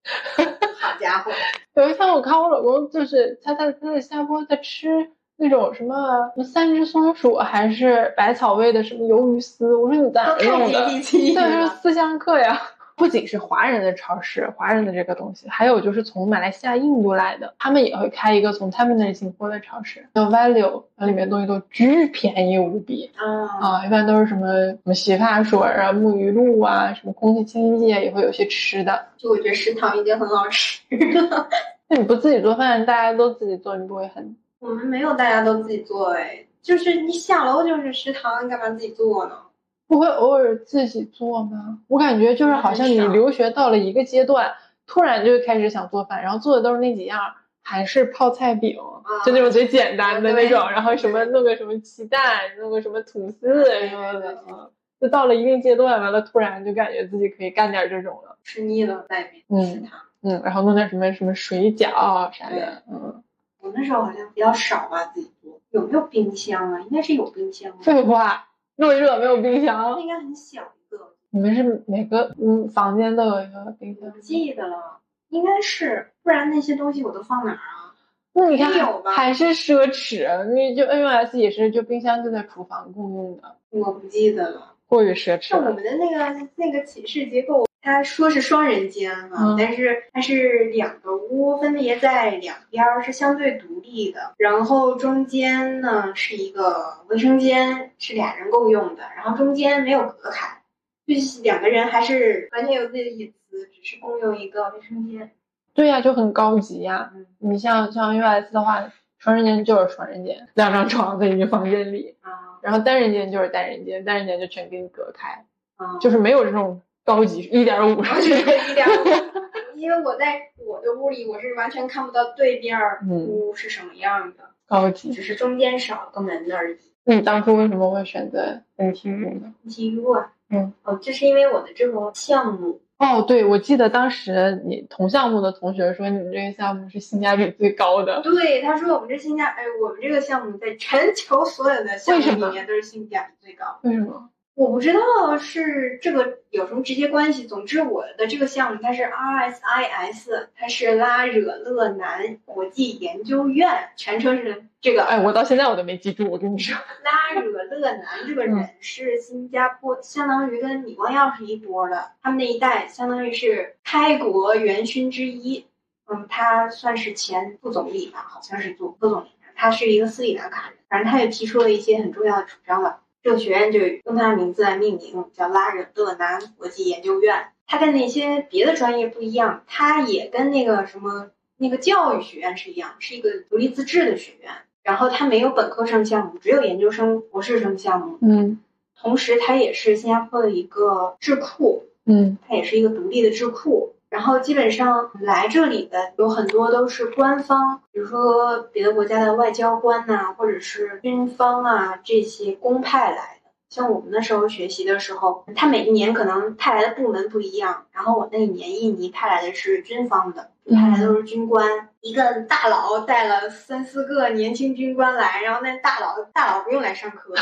B: 好家伙，
A: 有一天我看我老公就是他在他在新加坡在吃那种什么什么三只松鼠还是百草味的什么鱿鱼丝，我说你咋
B: 都太
A: 弄
B: 接
A: 的？
B: 地气
A: 对，就是
B: 了。
A: 思乡客呀。不仅是华人的超市，华人的这个东西，还有就是从马来西亚、印度来的，他们也会开一个从他们那儿进货的超市，叫 Value，那里面东西都巨便宜无比
B: 啊，
A: 啊！一般都是什么什么洗发水啊、沐浴露啊、什么空气清新剂啊，也会有些吃的。
B: 就我觉得食堂已经很好吃 了。
A: 那你不自己做饭，大家都自己做，你不会很
B: 我们没有大家都自己做哎，就是你下楼就是食堂，干嘛自己做呢？
A: 不会偶尔自己做吗？我感觉就是好像你
B: 很少
A: 留学到了一个阶段，突然就开始想做饭，然后做的都是那几样儿，韩式泡菜饼，就那种最简单的那
B: 对
A: 种，然后什么弄个什么鸡蛋，弄个什么吐司
B: 对
A: 什么
B: 对
A: 的
B: 对，
A: 嗯就到了一定阶段，完了突然就感觉自己可以干点这种了，
B: 吃腻了外面的食
A: 嗯
B: 堂。
A: 嗯，然后弄点什么什么水饺啊啥的，嗯，
B: 我那时候好像比较少吧，自己做。有没有冰箱啊？应该是有冰箱的，
A: 废话，那么热没有冰
B: 那
A: 箱，
B: 应该很小一个，
A: 你们是每个嗯房间都有一个冰
B: 我
A: 箱
B: 不。记得了，应该是，不然那些东西我都放哪儿啊？
A: 那你看
B: 也有
A: 还
B: 吧
A: 还是奢侈，啊那就 NUS 也是就冰箱就在厨房共用的，
B: 我不记得了。
A: 过于奢侈
B: 像我
A: 了。
B: 们的那个那个寝室结构，它说是双人间哈、
A: 嗯
B: 但是它是两个屋分别在两边儿，是相对独立的。然后中间呢是一个卫生间，是俩人共用的，然后中间没有隔开，就是两个人还是完全有自己的隐私，只是共用一个卫生间。
A: 对呀、就很高级呀、
B: 嗯
A: 你像像 NUS 的话，双人间就是双人间，两张床在一个房间里，
B: 啊
A: 然后单人间就是单人间，单人间就全给你隔开，
B: 啊，
A: 就是没有这种高级一点五
B: 我
A: 上
B: 觉
A: 去。
B: 得一点儿，因为我在我的屋里，我是完全看不到对面儿
A: 嗯
B: 屋是什么样的，
A: 高级。
B: 只是中间少个门而已。
A: 那你当初为什么会选择 NTU 呢？
B: NTU 啊，
A: 嗯，
B: 哦，这是因为我的这种项目，
A: 哦，对，我记得当时你同项目的同学说你们这个项目是性价比最高的，
B: 对，他说我们这性价，哎，我们这个项目在全球所有的项
A: 为什
B: 目
A: 么
B: 里面都是性价比最高。
A: 为什么？
B: 我不知道是这个有什么直接关系。总之，我的这个项目它是 RSIS，它是拉惹勒南国际研究院，全称是这个
A: 哎，我到现在我都没记住，我跟你说，
B: 拉惹勒南这个人是新加坡，相当于跟李光耀是一波的，他们那一代相当于是开国元勋之一。嗯，他算是前副总理吧，好像是副副总理，他是一个斯里兰卡人，反正他也提出了一些很重要的主张吧。这个学院就用他的名字来命名，叫拉惹勒南国际研究院。它跟那些别的专业不一样，它也跟那个什么那个教育学院是一样，是一个独立自治的学院。然后它没有本科生项目，只有研究生、博士生项目。
A: 嗯
B: 同时，它也是新加坡的一个智库，
A: 嗯
B: 它也是一个独立的智库。然后基本上来这里的有很多都是官方，比如说别的国家的外交官呐、或者是军方啊这些公派来的。像我们那时候学习的时候，他每一年可能派来的部门不一样。然后我那一年印尼派来的是军方的，派来都是军官，一个大佬带了三四个年轻军官来，然后那大佬大佬不用来上课，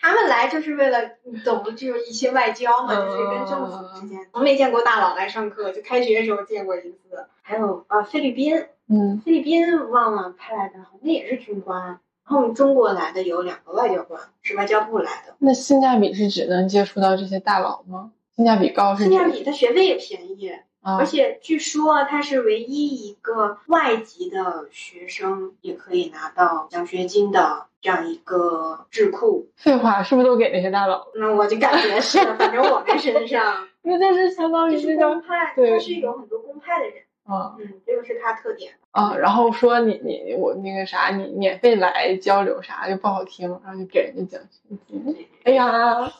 B: 他们来就是为了你懂，就是一些外交嘛，就是跟政府之间，从没见过大佬来上课，就开学的时候见过一次。还有啊，菲律宾，
A: 嗯，
B: 菲律宾忘了派来的，好像也是军官。然后中国来的有两个外交官，是外交部来的。
A: 那性价比是只能接触到这些大佬吗？性价比高是
B: 性
A: 指
B: 价比，他学费也便宜，
A: 啊
B: 而且据说他是唯一一个外籍的学生也可以拿到奖学金的这样一个智库。
A: 废话，是不是都给那些大佬？
B: 那我就感觉是，反正我们身上
A: 因为这是相当
B: 就
A: 于
B: 是
A: 是
B: 公
A: 叫
B: 派，
A: 对
B: 他是有很多公派的人，
A: 啊
B: 嗯，这个是他特 点。
A: 啊，然后说你你我那个啥，你免费来交流啥又不好听，然后就给人家奖学金。哎呀，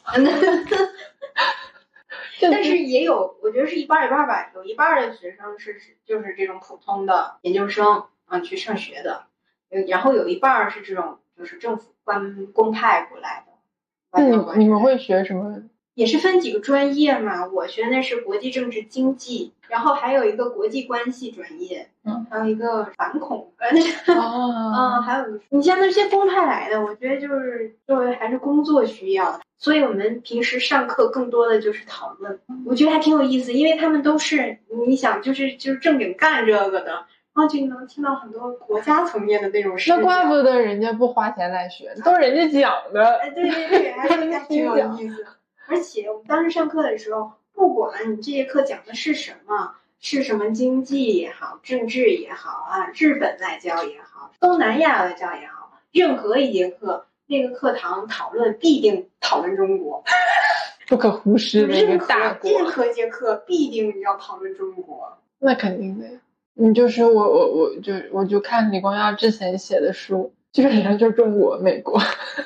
A: 这
B: 但是也有，我觉得是一半儿一半儿吧，有一半儿的学生是是就是这种普通的研究生啊去上学的，呃然后有一半儿是这种就是政府官公派过来的。
A: 那你你们会学什么？
B: 也是分几个专业嘛，我学的是国际政治经济，然后还有一个国际关系专业，
A: 嗯，
B: 还有一个反恐，呃，那个
A: 啊，
B: 嗯，还有你像那些公派来的，我觉得就是就是还是工作需要，所以我们平时上课更多的就是讨论，我觉得还挺有意思，因为他们都是你想就是就是正经干这个的，然后就能听到很多国家层面的那种事情。
A: 那怪不得人家不花钱来学，都人家讲的。
B: 哎，对对 对，还是还挺有意思。而且我们当时上课的时候，不管你这节课讲的是什么，是什么经济也好，政治也好啊，日本外交也好，东南亚外交也好，任何一节课，那个课堂讨论必定讨论中国，
A: 不可忽视的一
B: 任
A: 个
B: 何
A: 大国，
B: 任何一节课必定要讨论中国。
A: 那肯定的呀。你就是我，我我就我就看李光耀之前写的书，基本上就是中国、美国。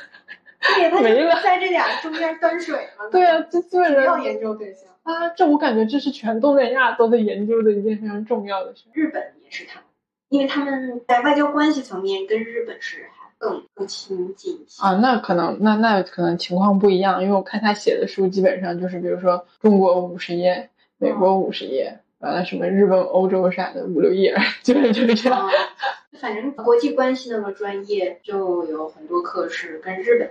B: 对，他
A: 没了
B: 就在这俩中间端水了。
A: 对啊，这基本
B: 主要
A: 上
B: 研究对象，
A: 啊，这我感觉这是全东南亚都在研究的一件非常重要的事。
B: 日本也是他们，因为他们在外交关系层面跟日本是还更更亲近一些。
A: 啊，那可能那那可能情况不一样，因为我看他写的书基本上就是，比如说中国五十页，美国五十页，完了什么日本、欧洲啥的五六页， 基本就是这样。
B: 啊，反正国际关系那个专业就有很多课是跟日本，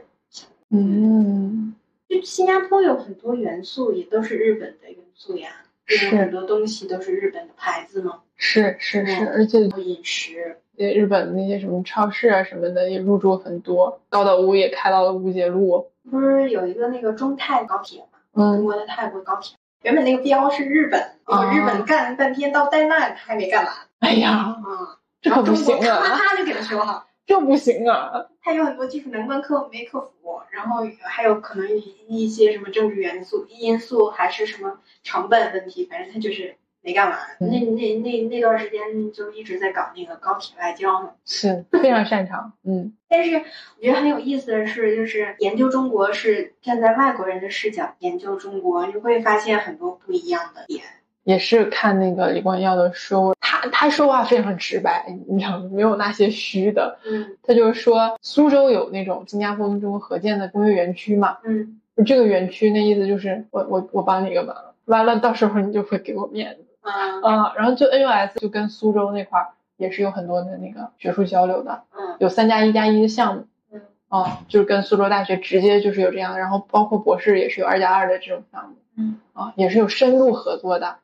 A: 嗯，
B: 就新加坡有很多元素也都是日本的元素呀，
A: 是
B: 有很多东西都是日本的牌子嘛，
A: 是是是，
B: 嗯
A: 而且
B: 然后饮食，
A: 呃日本那些什么超市啊什么的也入驻很多，高岛屋也开到了乌节路。
B: 不是有一个那个中泰高铁嘛，中
A: 嗯，
B: 国的泰国高铁，原本那个标是日本，结果
A: 啊
B: 日本干了半天到灾难还没干完
A: 哎呀，
B: 啊，
A: 这
B: 然
A: 可
B: 后
A: 不
B: 中
A: 行
B: 国啪啪
A: 啊，
B: 啪就给它修好。
A: 这不行啊！
B: 它有很多技术难关克没克服，然后还有可能一些什么政治元素因素，还是什么成本问题，反正它就是没干完。
A: 嗯
B: 那那那那段时间就一直在搞那个高铁外交嘛。
A: 是非常擅长。嗯
B: 但是我觉得很有意思的是，就是研究中国是站在外国人的视角研究中国，你会发现很多不一样的点。
A: 也是看那个李光耀的书，他他说话非常直白，你知道吗？没有那些虚的。
B: 嗯
A: 他就是说，苏州有那种新加坡跟中国合建的工业园区嘛，
B: 嗯
A: 就这个园区那意思就是我我我帮你一个忙，完了到时候你就会给我面子
B: 嗯
A: 啊。然后就 NUS 就跟苏州那块儿也是有很多的那个学术交流的，
B: 嗯
A: 有三加一加一的项目。
B: 嗯
A: 啊，就是跟苏州大学直接就是有这样，然后包括博士也是有二加二的这种项目，
B: 嗯，
A: 啊，也是有深度合作的，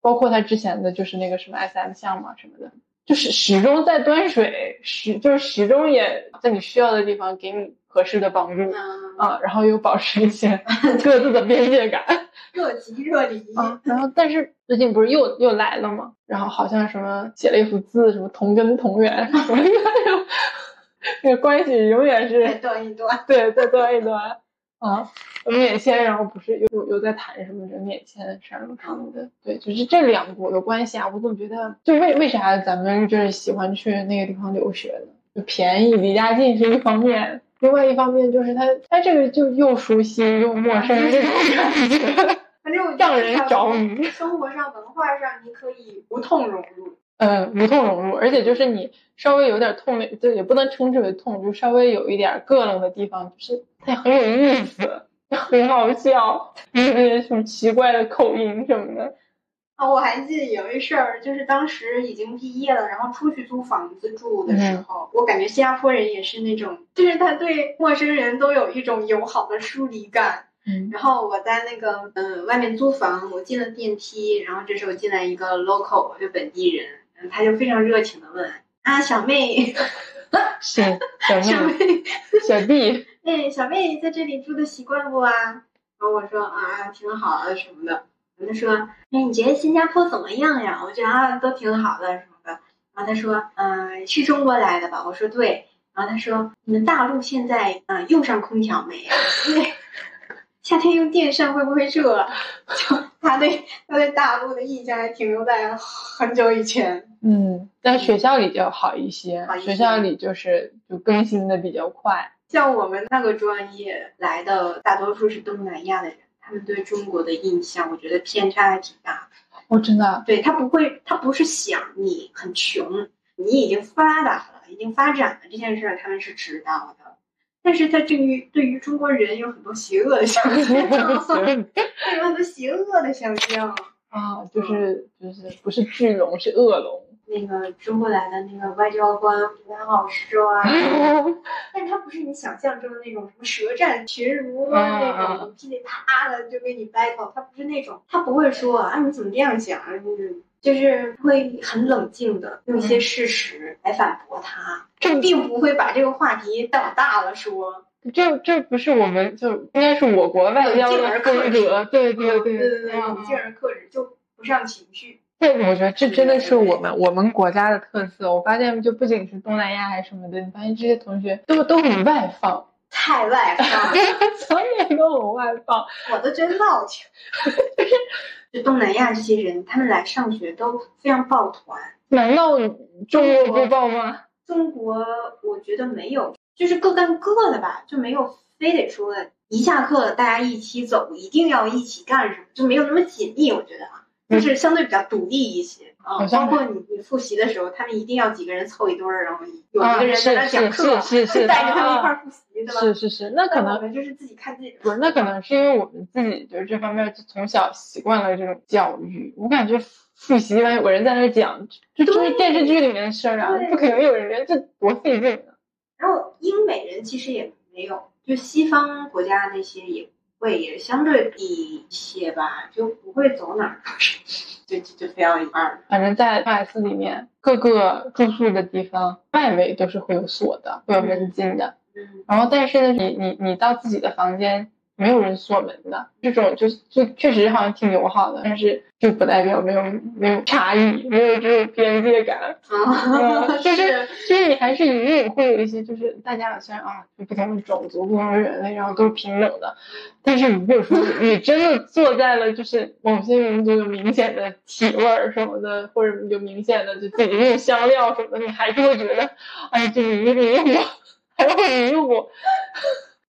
A: 包括他之前的就是那个什么 SM 项目啊什么的，就是始终在端水，始就是始终也在你需要的地方给你合适的帮助
B: 嗯，
A: 啊，然后又保持一些 各自的边界感
B: 若即若离。
A: 啊，然后但是最近不是又又来了吗？然后好像什么写了一幅字，什么同根同源什么的，那个关系永远是
B: 再断一断，
A: 对，再端一端啊。免签，然后不是又又又在谈什么这免签山路什么的，对，就是这两国的关系啊，我总觉得就为为啥咱们就是喜欢去那个地方留学呢？就便宜、离家近是一方面，另外一方面就是它它这个就又熟悉又陌生这种感觉，
B: 反正我觉得
A: 让人着迷。
B: 生活上、文化上，你可以无痛融入。
A: 嗯，无痛融入，而且就是你稍微有点痛的，就也不能称之为痛，就稍微有一点膈楞的地方，就是它很有意思，很好笑，有那些什么奇怪的口音什么的。
B: 啊，我还记得有一事儿，就是当时已经毕业了，然后出去租房子住的
A: 嗯
B: 时候，我感觉新加坡人也是那种，就是他对陌生人都有一种友好的疏离感。
A: 嗯
B: 然后我在那个嗯外面租房，我进了电梯，然后这时候进来一个 local 就本地人，嗯他就非常热情的问啊小妹，
A: 是小
B: 小
A: 妹、
B: 妹，
A: 小弟，
B: 哎，小妹在这里住的习惯不啊？然后我说啊，挺好的什么的。他说，哎，你觉得新加坡怎么样呀？我觉得啊，都挺好的什么的。然后他说，嗯、是中国来的吧？我说对。然后他说，你们大陆现在嗯、呃用上空调没呀？ 因为夏天用电扇会不会热？啊 就他对他对大陆的印象还停留在很久以前。
A: 嗯，在学校里就好一些
B: 好一，些
A: 学校里就是就更新的比较快。
B: 像我们那个专业来的大多数是东南亚的人，他们对中国的印象，我觉得偏差还挺大。
A: 哦，真的，
B: 对他不会，他不是想你很穷，你已经发达了，已经发展了这件事儿，他们是知道的。但是他对于对于中国人有很多邪恶的想象， 他有很多邪恶的想象。
A: 啊，就是就是不是巨龙是恶 龙。
B: 那个中国来的那个外交官不太好说啊， 但他不是你想象中的那种什么舌战群儒啊那种噼里啪啦的就跟你 battle，他不是那种，他不会说啊你怎么这样想啊，你就是会很冷静的用一些事实来反驳他，
A: 这
B: 并不会把这个话题当大了说。
A: 这这不是我们就应该是我国外交的风格，对对
B: 嗯对
A: 对
B: 对对，冷静而克制，就不上情绪。
A: 这我觉得这真的是我们我们国家的特色。我发现就不仅是东南亚还是什么的，你发现这些同学都都很外放，
B: 太外放了，
A: 所以都很外放。
B: 我都真闹挺。 就东南亚这些人，他们来上学都非常抱团，
A: 难道中国不报吗？
B: 中国我觉得没有，就是各干各的吧，就没有非得说一下课大家一起走，一定要一起干什么，就没有那么紧密。我觉得啊，
A: 嗯
B: 就是相对比较独立一些啊、
A: 好像
B: 包括你你复习的时候，他们一定要几个人凑一堆儿，然后有一
A: 啊，
B: 个人在那
A: 是
B: 儿讲
A: 是
B: 课，
A: 是是是，啊
B: 带着他们一块儿复习，对吧？
A: 是是是，那可
B: 但我
A: 能。
B: 们就是自己看自己的。
A: 不是，那可能是因为我们自己就是这方面就从小习惯了这种教育。我感觉复习完有个人在那儿讲，就就是
B: 对
A: 电视剧里面的事儿啊
B: 对，
A: 不可能有人这多费劲啊！
B: 然后英美人其实也没有，就西方国家那些也会也相对低一些吧，就不会走哪儿都 是，就就就非要一块儿。
A: 反正在 S 里面，各个住宿的地方外围都是会有锁的，会有门禁的。
B: 嗯
A: 然后，但是呢，你你你到自己的房间，没有人锁门的，这种就就确实好像挺友好的，但是就不代表没有没有差异，没有这种边界感。
B: 啊，
A: 嗯就是就是你还是隐隐会有一些，就是大家虽然啊就不同的种族、不同的人类，然后都是平等的，但是如果说你真的坐在了就是某些民族有明显的体味儿什么的，或者有明显的就自己用香料什么的，你还是会觉得，哎，这迷迷糊，还会迷糊。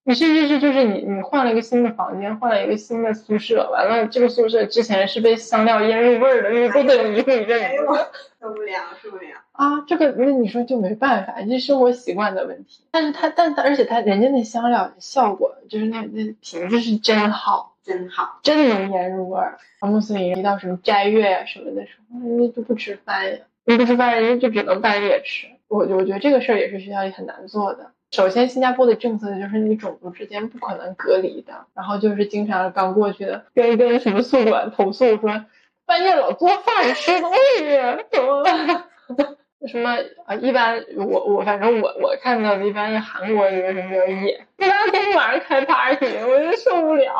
A: 你甚至是就是你你换了一个新的房间，换了一个新的宿舍，完了这个宿舍之前是被香料腌入味儿的，那个都得迷糊一阵
B: 哎
A: 子
B: 呦。我受不了，受不了。
A: 啊，这个那你说就没办法，这生活习惯的问题。但是它，但它，而且它人家那香料效果，就是那那品质是真好，
B: 真好。
A: 真容颜入味儿。啊，穆斯林一到什么斋月啊什么的时候，人家就不吃饭呀，人家不吃饭，人家就只能半夜吃。我我觉得这个事儿也是学校里很难做的。首先，新加坡的政策就是你种族之间不可能隔离的，然后就是经常刚过去的跟跟什么宿管投诉说，半夜老做饭吃东西，怎么 办？什么啊？一般我我反正我我看到的一般是韩国这个什么夜，一般都晚上开 party，我就受不了。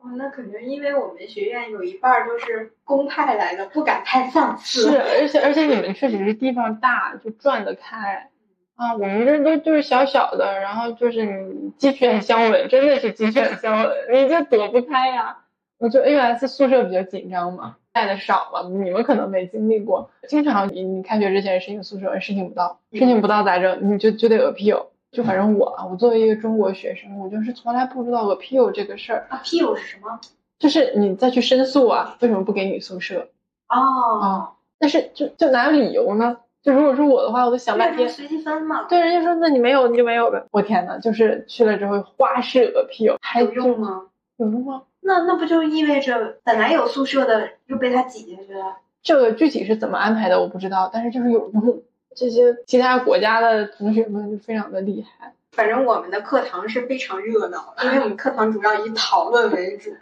B: 哦，那可能因为我们学院有一半儿都是公派来的，不敢太放肆。
A: 是，而且而且你们确实是地方大，就转得开啊。我们这都就是小小的，然后就是你鸡犬相闻，真的是鸡犬相闻，你这躲不开呀、我就 AUS 宿舍比较紧张嘛，带的少嘛，你们可能没经历过。经常你你开学之前申请宿舍，申请不到，
B: 嗯
A: 申请不到咋整？你就就得 appeal。就反正我啊，我作为一个中国学生，我就是从来不知道 appeal 这个事儿，
B: 啊，P 友是什么？
A: 就是你再去申诉啊，为什么不给你宿舍？
B: 哦
A: 啊，但是就就哪有理由呢？就如果是我的话，我都想半
B: 对，啊
A: 天。
B: 随机分嘛，
A: 对，人家说那你没有你就没有呗。我天呐，就是去了之后花式 appeal，还
B: 有用？吗？
A: 有用吗？
B: 那那不就意味着本来有宿舍的又被他挤下去了？
A: 这个具体是怎么安排的我不知道，但是就是有用。这些其他国家的同学们就非常的厉害，
B: 反正我们的课堂是非常热闹的，因为我们课堂主要以讨论为主。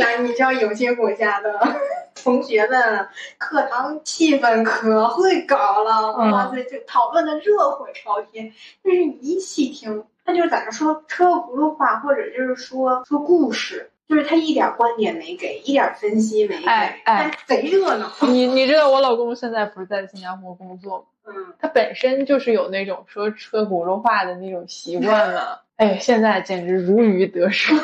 B: 那你知道有些国家的 同学们啊，课堂气氛可会搞了，
A: 嗯
B: 哇塞，就讨论的热火朝天。但是你一细听，他就是在那说车轱辘话，或者就是说说故事。就是他一点观点没给，一点分析没给，
A: 哎哎
B: 但贼热闹。
A: 你你知道我老公现在不是在新加坡工作吗？
B: 嗯，
A: 他本身就是有那种说车轱辘话的那种习惯了，哎，现在简直如鱼得水。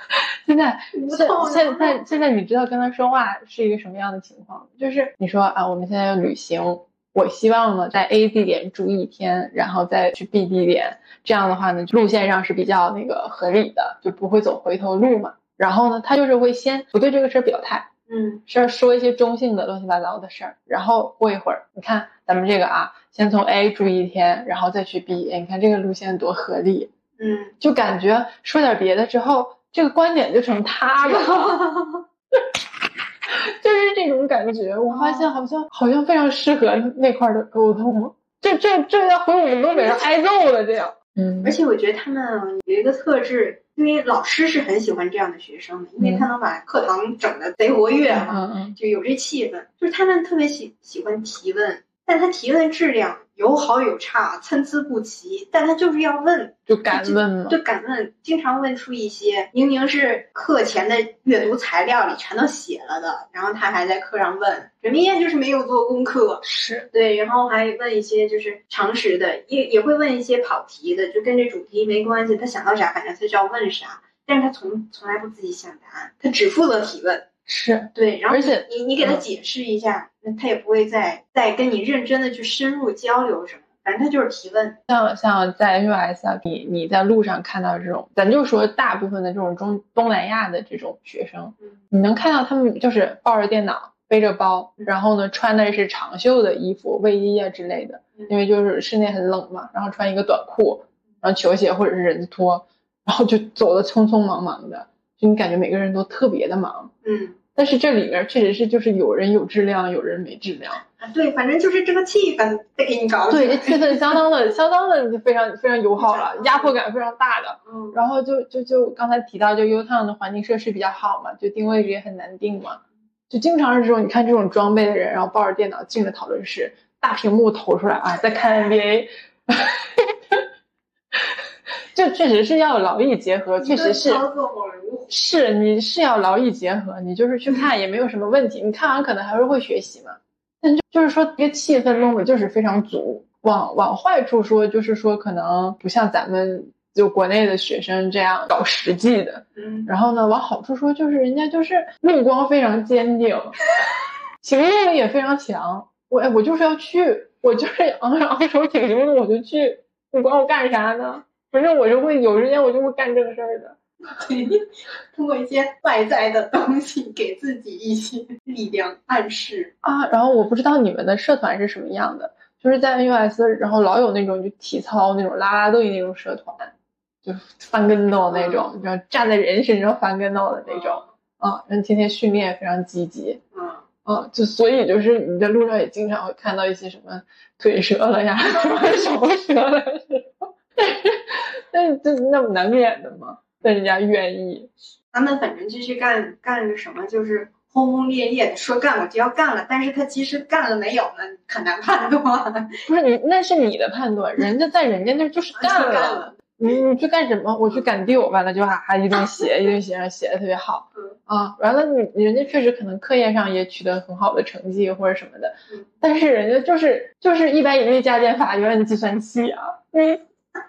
A: 现在
B: 无
A: 现
B: 痛
A: 现
B: 痒
A: 在现在你知道跟他说话是一个什么样的情况？就是你说啊，我们现在要旅行，我希望呢在 A 地点住一天，然后再去 B 地点，这样的话呢路线上是比较那个合理的，就不会走回头路嘛。然后呢，他就是会先不对这个事儿表态，
B: 嗯，
A: 是说一些中性的乱七八糟的事儿，然后过一会儿，你看咱们这个啊，先从 A 住一天，然后再去 B，哎你看这个路线多合理，
B: 嗯，
A: 就感觉说点别的之后，这个观点就成他的了， 就是这种感觉。我发现好像好像非常适合那块儿的沟通，这这这要回我们东北人挨揍了，这样。嗯
B: 而且我觉得他们有一个特质，因为老师是很喜欢这样的学生的，因为他能把课堂整的贼活跃嘛，
A: 嗯嗯，
B: 就有这气氛。就是他们特别喜喜欢提问，但他提问质量有好有差，参差不齐，但他就是要问，
A: 就敢问嘛，
B: 就敢问，经常问出一些明明是课前的阅读材料里全都写了的，然后他还在课上问，这明显就是没有做功课。
A: 是
B: 对，然后还问一些就是常识的，也也会问一些跑题的，就跟这主题没关系，他想到啥反正他就要问啥，但是他从从来不自己想答案，他只负责提问。
A: 是，
B: 对，然后
A: 而且嗯
B: 你你给他解释一下，那他也不会再再跟你认真的去深入交流什么，反正他就是提问。
A: 像像在 US 啊，你你在路上看到这种，咱就说大部分的这种中东南亚的这种学生，
B: 嗯
A: 你能看到他们就是抱着电脑，背着包，
B: 嗯
A: 然后呢穿的是长袖的衣服、卫衣啊之类的
B: 嗯，
A: 因为就是室内很冷嘛，然后穿一个短裤，然后球鞋或者是人字拖，然后就走的匆匆忙忙的，就你感觉每个人都特别的忙。
B: 嗯
A: 但是这里面确实是就是有人有质量，有人没质量，
B: 啊，对，反正就是这个气氛得给你搞起来
A: 对，这 气氛相当的相当的非常非常友好了，压迫感非常大的。
B: 嗯，
A: 然后就就就刚才提到，就 U Town 的环境设施比较好嘛，就定位置也很难定嘛，就经常是这种你看这种装备的人，然后抱着电脑进了讨论室，大屏幕投出来啊，在看 NBA，这确实是要劳逸结合，确
B: 一顿
A: 实是
B: 操作猛如虎
A: 是你是要劳逸结合，你就是去看也没有什么问题，你看完可能还是会学习嘛，但就就是说这个气氛弄的就是非常足。往往坏处说，就是说可能不像咱们就国内的学生这样搞实际的，
B: 嗯，
A: 然后呢，往好处说，就是人家就是目光非常坚定，行动力也非常强。我哎，我就是要去，我就是昂昂首挺胸的，我就去，你管我干啥呢？反正我就会有时间，我就会干正事儿的。
B: 对， 通过一些外在的东西给自己一些力量暗示。
A: 啊，然后我不知道你们的社团是什么样的，就是在 NUS，然后老有那种就体操那种啦啦队那种社团，就是翻跟斗那
B: 嗯
A: 种，然后站在人身上翻跟斗的那种，啊，然后天天训练也非常积极，
B: 嗯，
A: 啊，就所以就是你在路上也经常会看到一些什么腿折了呀， 什么手折了呀，但是这那么难免的吗？但人家愿意，
B: 他们反正就是干干个什么，就是轰轰烈烈的说干我就要干了，但是他其实干了没有呢，很难判断。
A: 不是你，那是你的判断，人家在人家那儿就是干
B: 啊就
A: 了。
B: 干了
A: 你你去干什么？我去赶 due，完了就哈哈一顿写，一顿写，然后写的特别好，
B: 嗯
A: 啊，完了你人家确实可能课业上也取得很好的成绩或者什么的，
B: 嗯
A: 但是人家就是就是一百以内加减法，永远的计算器啊，你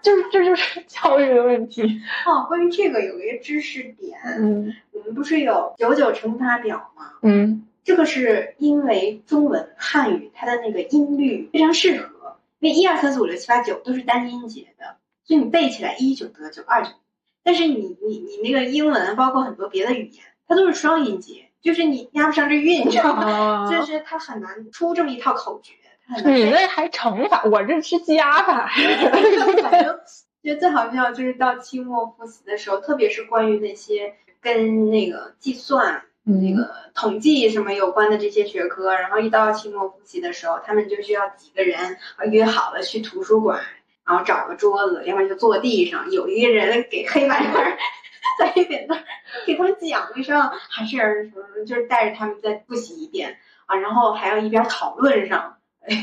A: 就是这就是教育的问题，
B: 哦，关于这个有一个知识点，
A: 嗯
B: 我们不是有九九乘法表吗？
A: 嗯
B: 这个是因为中文汉语它的那个音律非常适合，因为一二三四五六七八九都是单音节的，所以你背起来一九得九二九，但是你你你那个英文啊包括很多别的语言，它都是双音节，就是你押不上这韵，你知道吗？
A: 啊
B: 就是它很难出这么一套口诀，它很 难
A: 你那还乘法，我这是加法，
B: 反正觉得最好笑就是到期末复习的时候，特别是关于那些跟那个计算、那个统计什么有关的这些学科，然后一到期末复习的时候，他们就需要几个人啊约好了去图书馆，然后找个桌子，要不然就坐地上，有一个人给黑板那儿。在黑板那儿给他们讲一声，还是什么，就是带着他们再复习一遍啊，然后还要一边讨论上，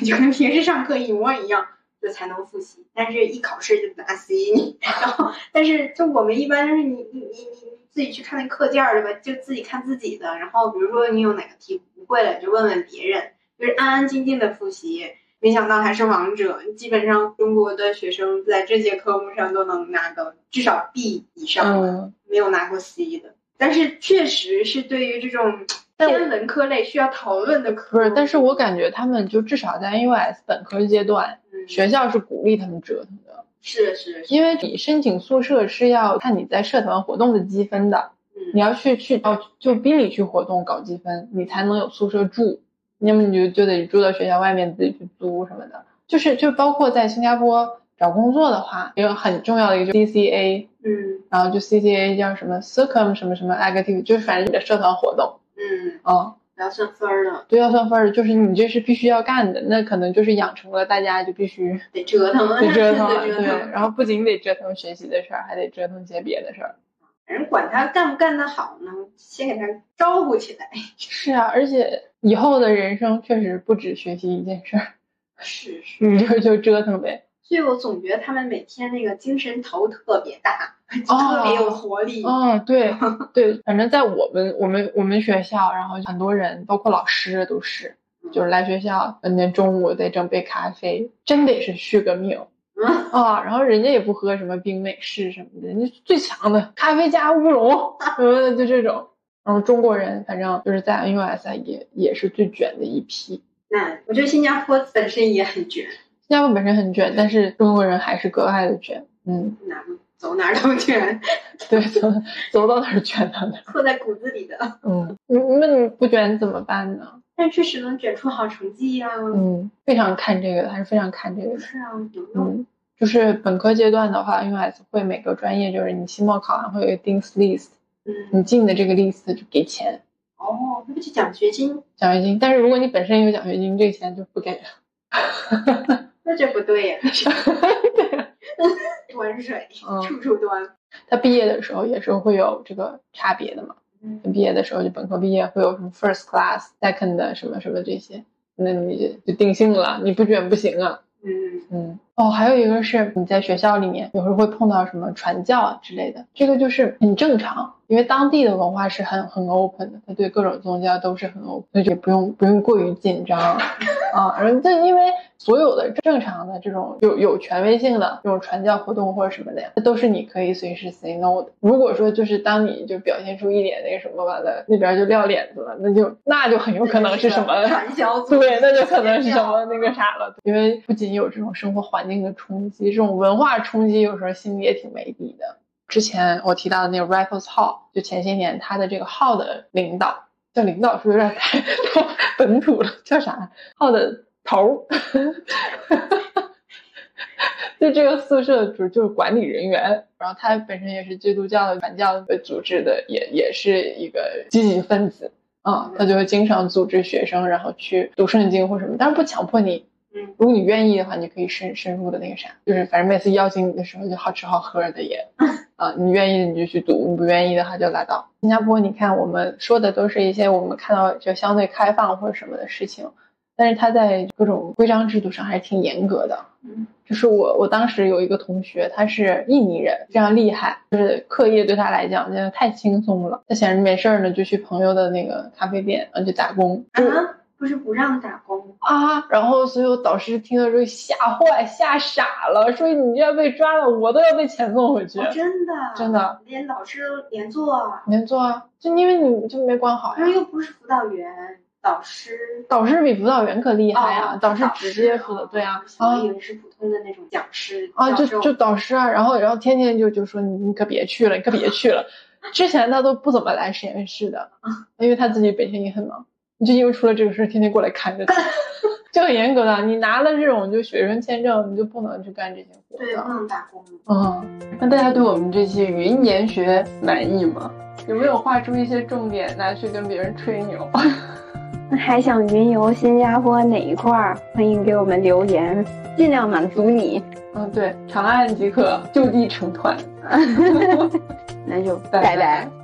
B: 就跟平时上课一模一样。就才能复习，但是一考试就拿 C，你 然后但是就我们一般是你你你你你自己去看那课件儿对吧？就自己看自己的，然后比如说你有哪个题不会了，你就问问别人，就是安安静静的复习。没想到还是王者，基本上中国的学生在这些科目上都能拿到至少 B 以上 吧，
A: 嗯，
B: 没有拿过 C 的。但是确实是对于这种
A: 但我
D: 嗯
B: 天文科类需要讨论的科
A: 不
B: 目，
A: 是，但是我感觉他们就至少在 NUS 本科阶段，
B: 嗯
A: 学校是鼓励他们折腾的。
B: 是是是，
A: 因为你申请宿舍是要看你在社团活动的积分的，你
B: 嗯，
A: 要去去哦，就逼你去活动搞积分，你才能有宿舍住。要么你就就得住到学校外面自己去租什么的，就是就包括在新加坡找工作的话，也有很重要的一个就是 CCA，
B: 嗯
A: 然后就 CCA 叫什么 circum 什么什么 activity，就是反正你的社团活动，
B: 嗯，
A: 嗯，
B: 然后算分儿了。
A: 对，要算分儿，就是你这是必须要干的，那可能就是养成了大家就必须
B: 得折腾，
A: 得折腾
B: 得
A: 了，
B: 折
A: 对，
B: 腾。
A: 然后不仅得折腾学习的事儿，还得折腾些别的事儿。
B: 反正管他干不干得好呢，先给他招呼起来。
A: 是啊，而且以后的人生确实不止学习一件事儿，
B: 是是。
A: 你
D: 嗯
A: 就就折腾呗。
B: 所以我总觉得他们每天那个精神头特别大，
A: 哦
B: 特别有活力。
A: 嗯、对对，反正在我们我们我们学校，然后很多人，包括老师都是，就是来学校，嗯，那中午得整杯咖啡，真得是续个命。
B: 嗯，
A: 啊，然后人家也不喝什么冰美式什么的，人家最强的咖啡加乌龙什么的，就这种。然后中国人反正就是在 NUS 啊也也是最卷的一批。
B: 那我觉得新加坡本身也很卷，
A: 新加坡本身很卷，但是中国人还是格外的卷。嗯，
B: 哪儿走哪儿都卷，
A: 对，走走到哪儿卷到哪儿。
B: 刻在骨子里的。
A: 嗯，你那你不卷怎么办呢？
B: 但确实能卷出好成绩呀、
A: 嗯，非常看这个的，还是非常看这个
B: 不
A: 的。
B: 是啊，有用。
A: 嗯，就是本科阶段的话，NUS 会每个专业就是你期末考完会有一个 Dean's List，
B: 嗯，
A: 你进的这个 list 就给钱。
B: 哦，那不就奖学金？
A: 奖学金，但是如果你本身有奖学金，这个钱就不给了。
B: 那这不对 呀、端水，
A: 嗯
B: 处处端。
A: 他毕业的时候也是会有这个差别的嘛。
B: 嗯
A: 毕业的时候就本科毕业会有什么 first class、second 什么什么这些，那你就定性了，你不卷不行啊。
B: 嗯
A: 嗯，哦，还有一个是你在学校里面有时候会碰到什么传教啊之类的，这个就是很正常，因为当地的文化是很很 open 的，他对各种宗教都是很 open，所以就不用不用过于紧张啊。然后这因为所有的正常的这种有有权威性的这种传教活动或者什么的呀，都是你可以随时 say no 的。如果说就是当你就表现出一点那个什么完了，那边就撂脸子了，那就那就很有可能是什么
B: 那就是个传销组织
A: 对，那就可能是什么那个啥了。因为不仅有这种生活环境的冲击，这种文化冲击有时候心里也挺没底的。之前我提到的那个 Raffles Hall，就前些年他的这个 Hall 的领导，叫领导是不是有点太太本土了？叫啥？Hall 的头儿， 就这个宿舍主就是管理人员，然后他本身也是基督教的反教的组织的，也也是一个积极分子。啊、他就会经常组织学生，然后去读圣经或什么，但是不强迫你。
B: 嗯，
A: 如果你愿意的话，你可以深深入的那个啥，就是反正每次邀请你的时候就好吃好喝的 也，
B: 嗯
A: 啊，你愿意你就去读，你不愿意的话就拉倒。新加坡，你看我们说的都是一些我们看到就相对开放或者什么的事情，但是他在各种规章制度上还是挺严格的。
B: 嗯，
A: 就是我我当时有一个同学，他是印尼人，非常厉害，就是课业对他来讲真的太轻松了。他闲着没事儿呢，就去朋友的那个咖啡店，然后就打工。
B: 啊，不是不让打工哦吗，
A: 啊！然后所有导师听了之后吓坏、吓傻了，说你要被抓了，我都要被遣送回去。
B: 哦真的
A: 真的，
B: 连老师都连坐啊，
A: 没错啊，就因为你就没管好
B: 然
A: 呀。
B: 后又不是辅导员，老师。
A: 导师比辅导员可厉害呀、
B: 哦
A: 导师直接辅导，对啊，
B: 我
A: 啊
B: 以为是普通的那种讲师
A: 啊，
B: 教
A: 就
B: 授
A: 就导师啊，然后然后天天就就说你你可别去了，你可别去了。之前他都不怎么来实验室的，因为他自己本身也很忙，就因为出了这个事，天天过来看着他，就很严格的。你拿了这种就学生签证，你就不能去干这些活
B: 对啊不
A: 的。
B: 能打工。
A: 嗯，那大家对我们这期云研学满意吗？有没有画出一些重点拿去跟别人吹牛？
D: 那还想云游新加坡哪一块儿？欢迎给我们留言，尽量满足你。
A: 嗯，对，长按即可，就地成团。
D: 那就拜
A: 拜
D: 拜
A: 拜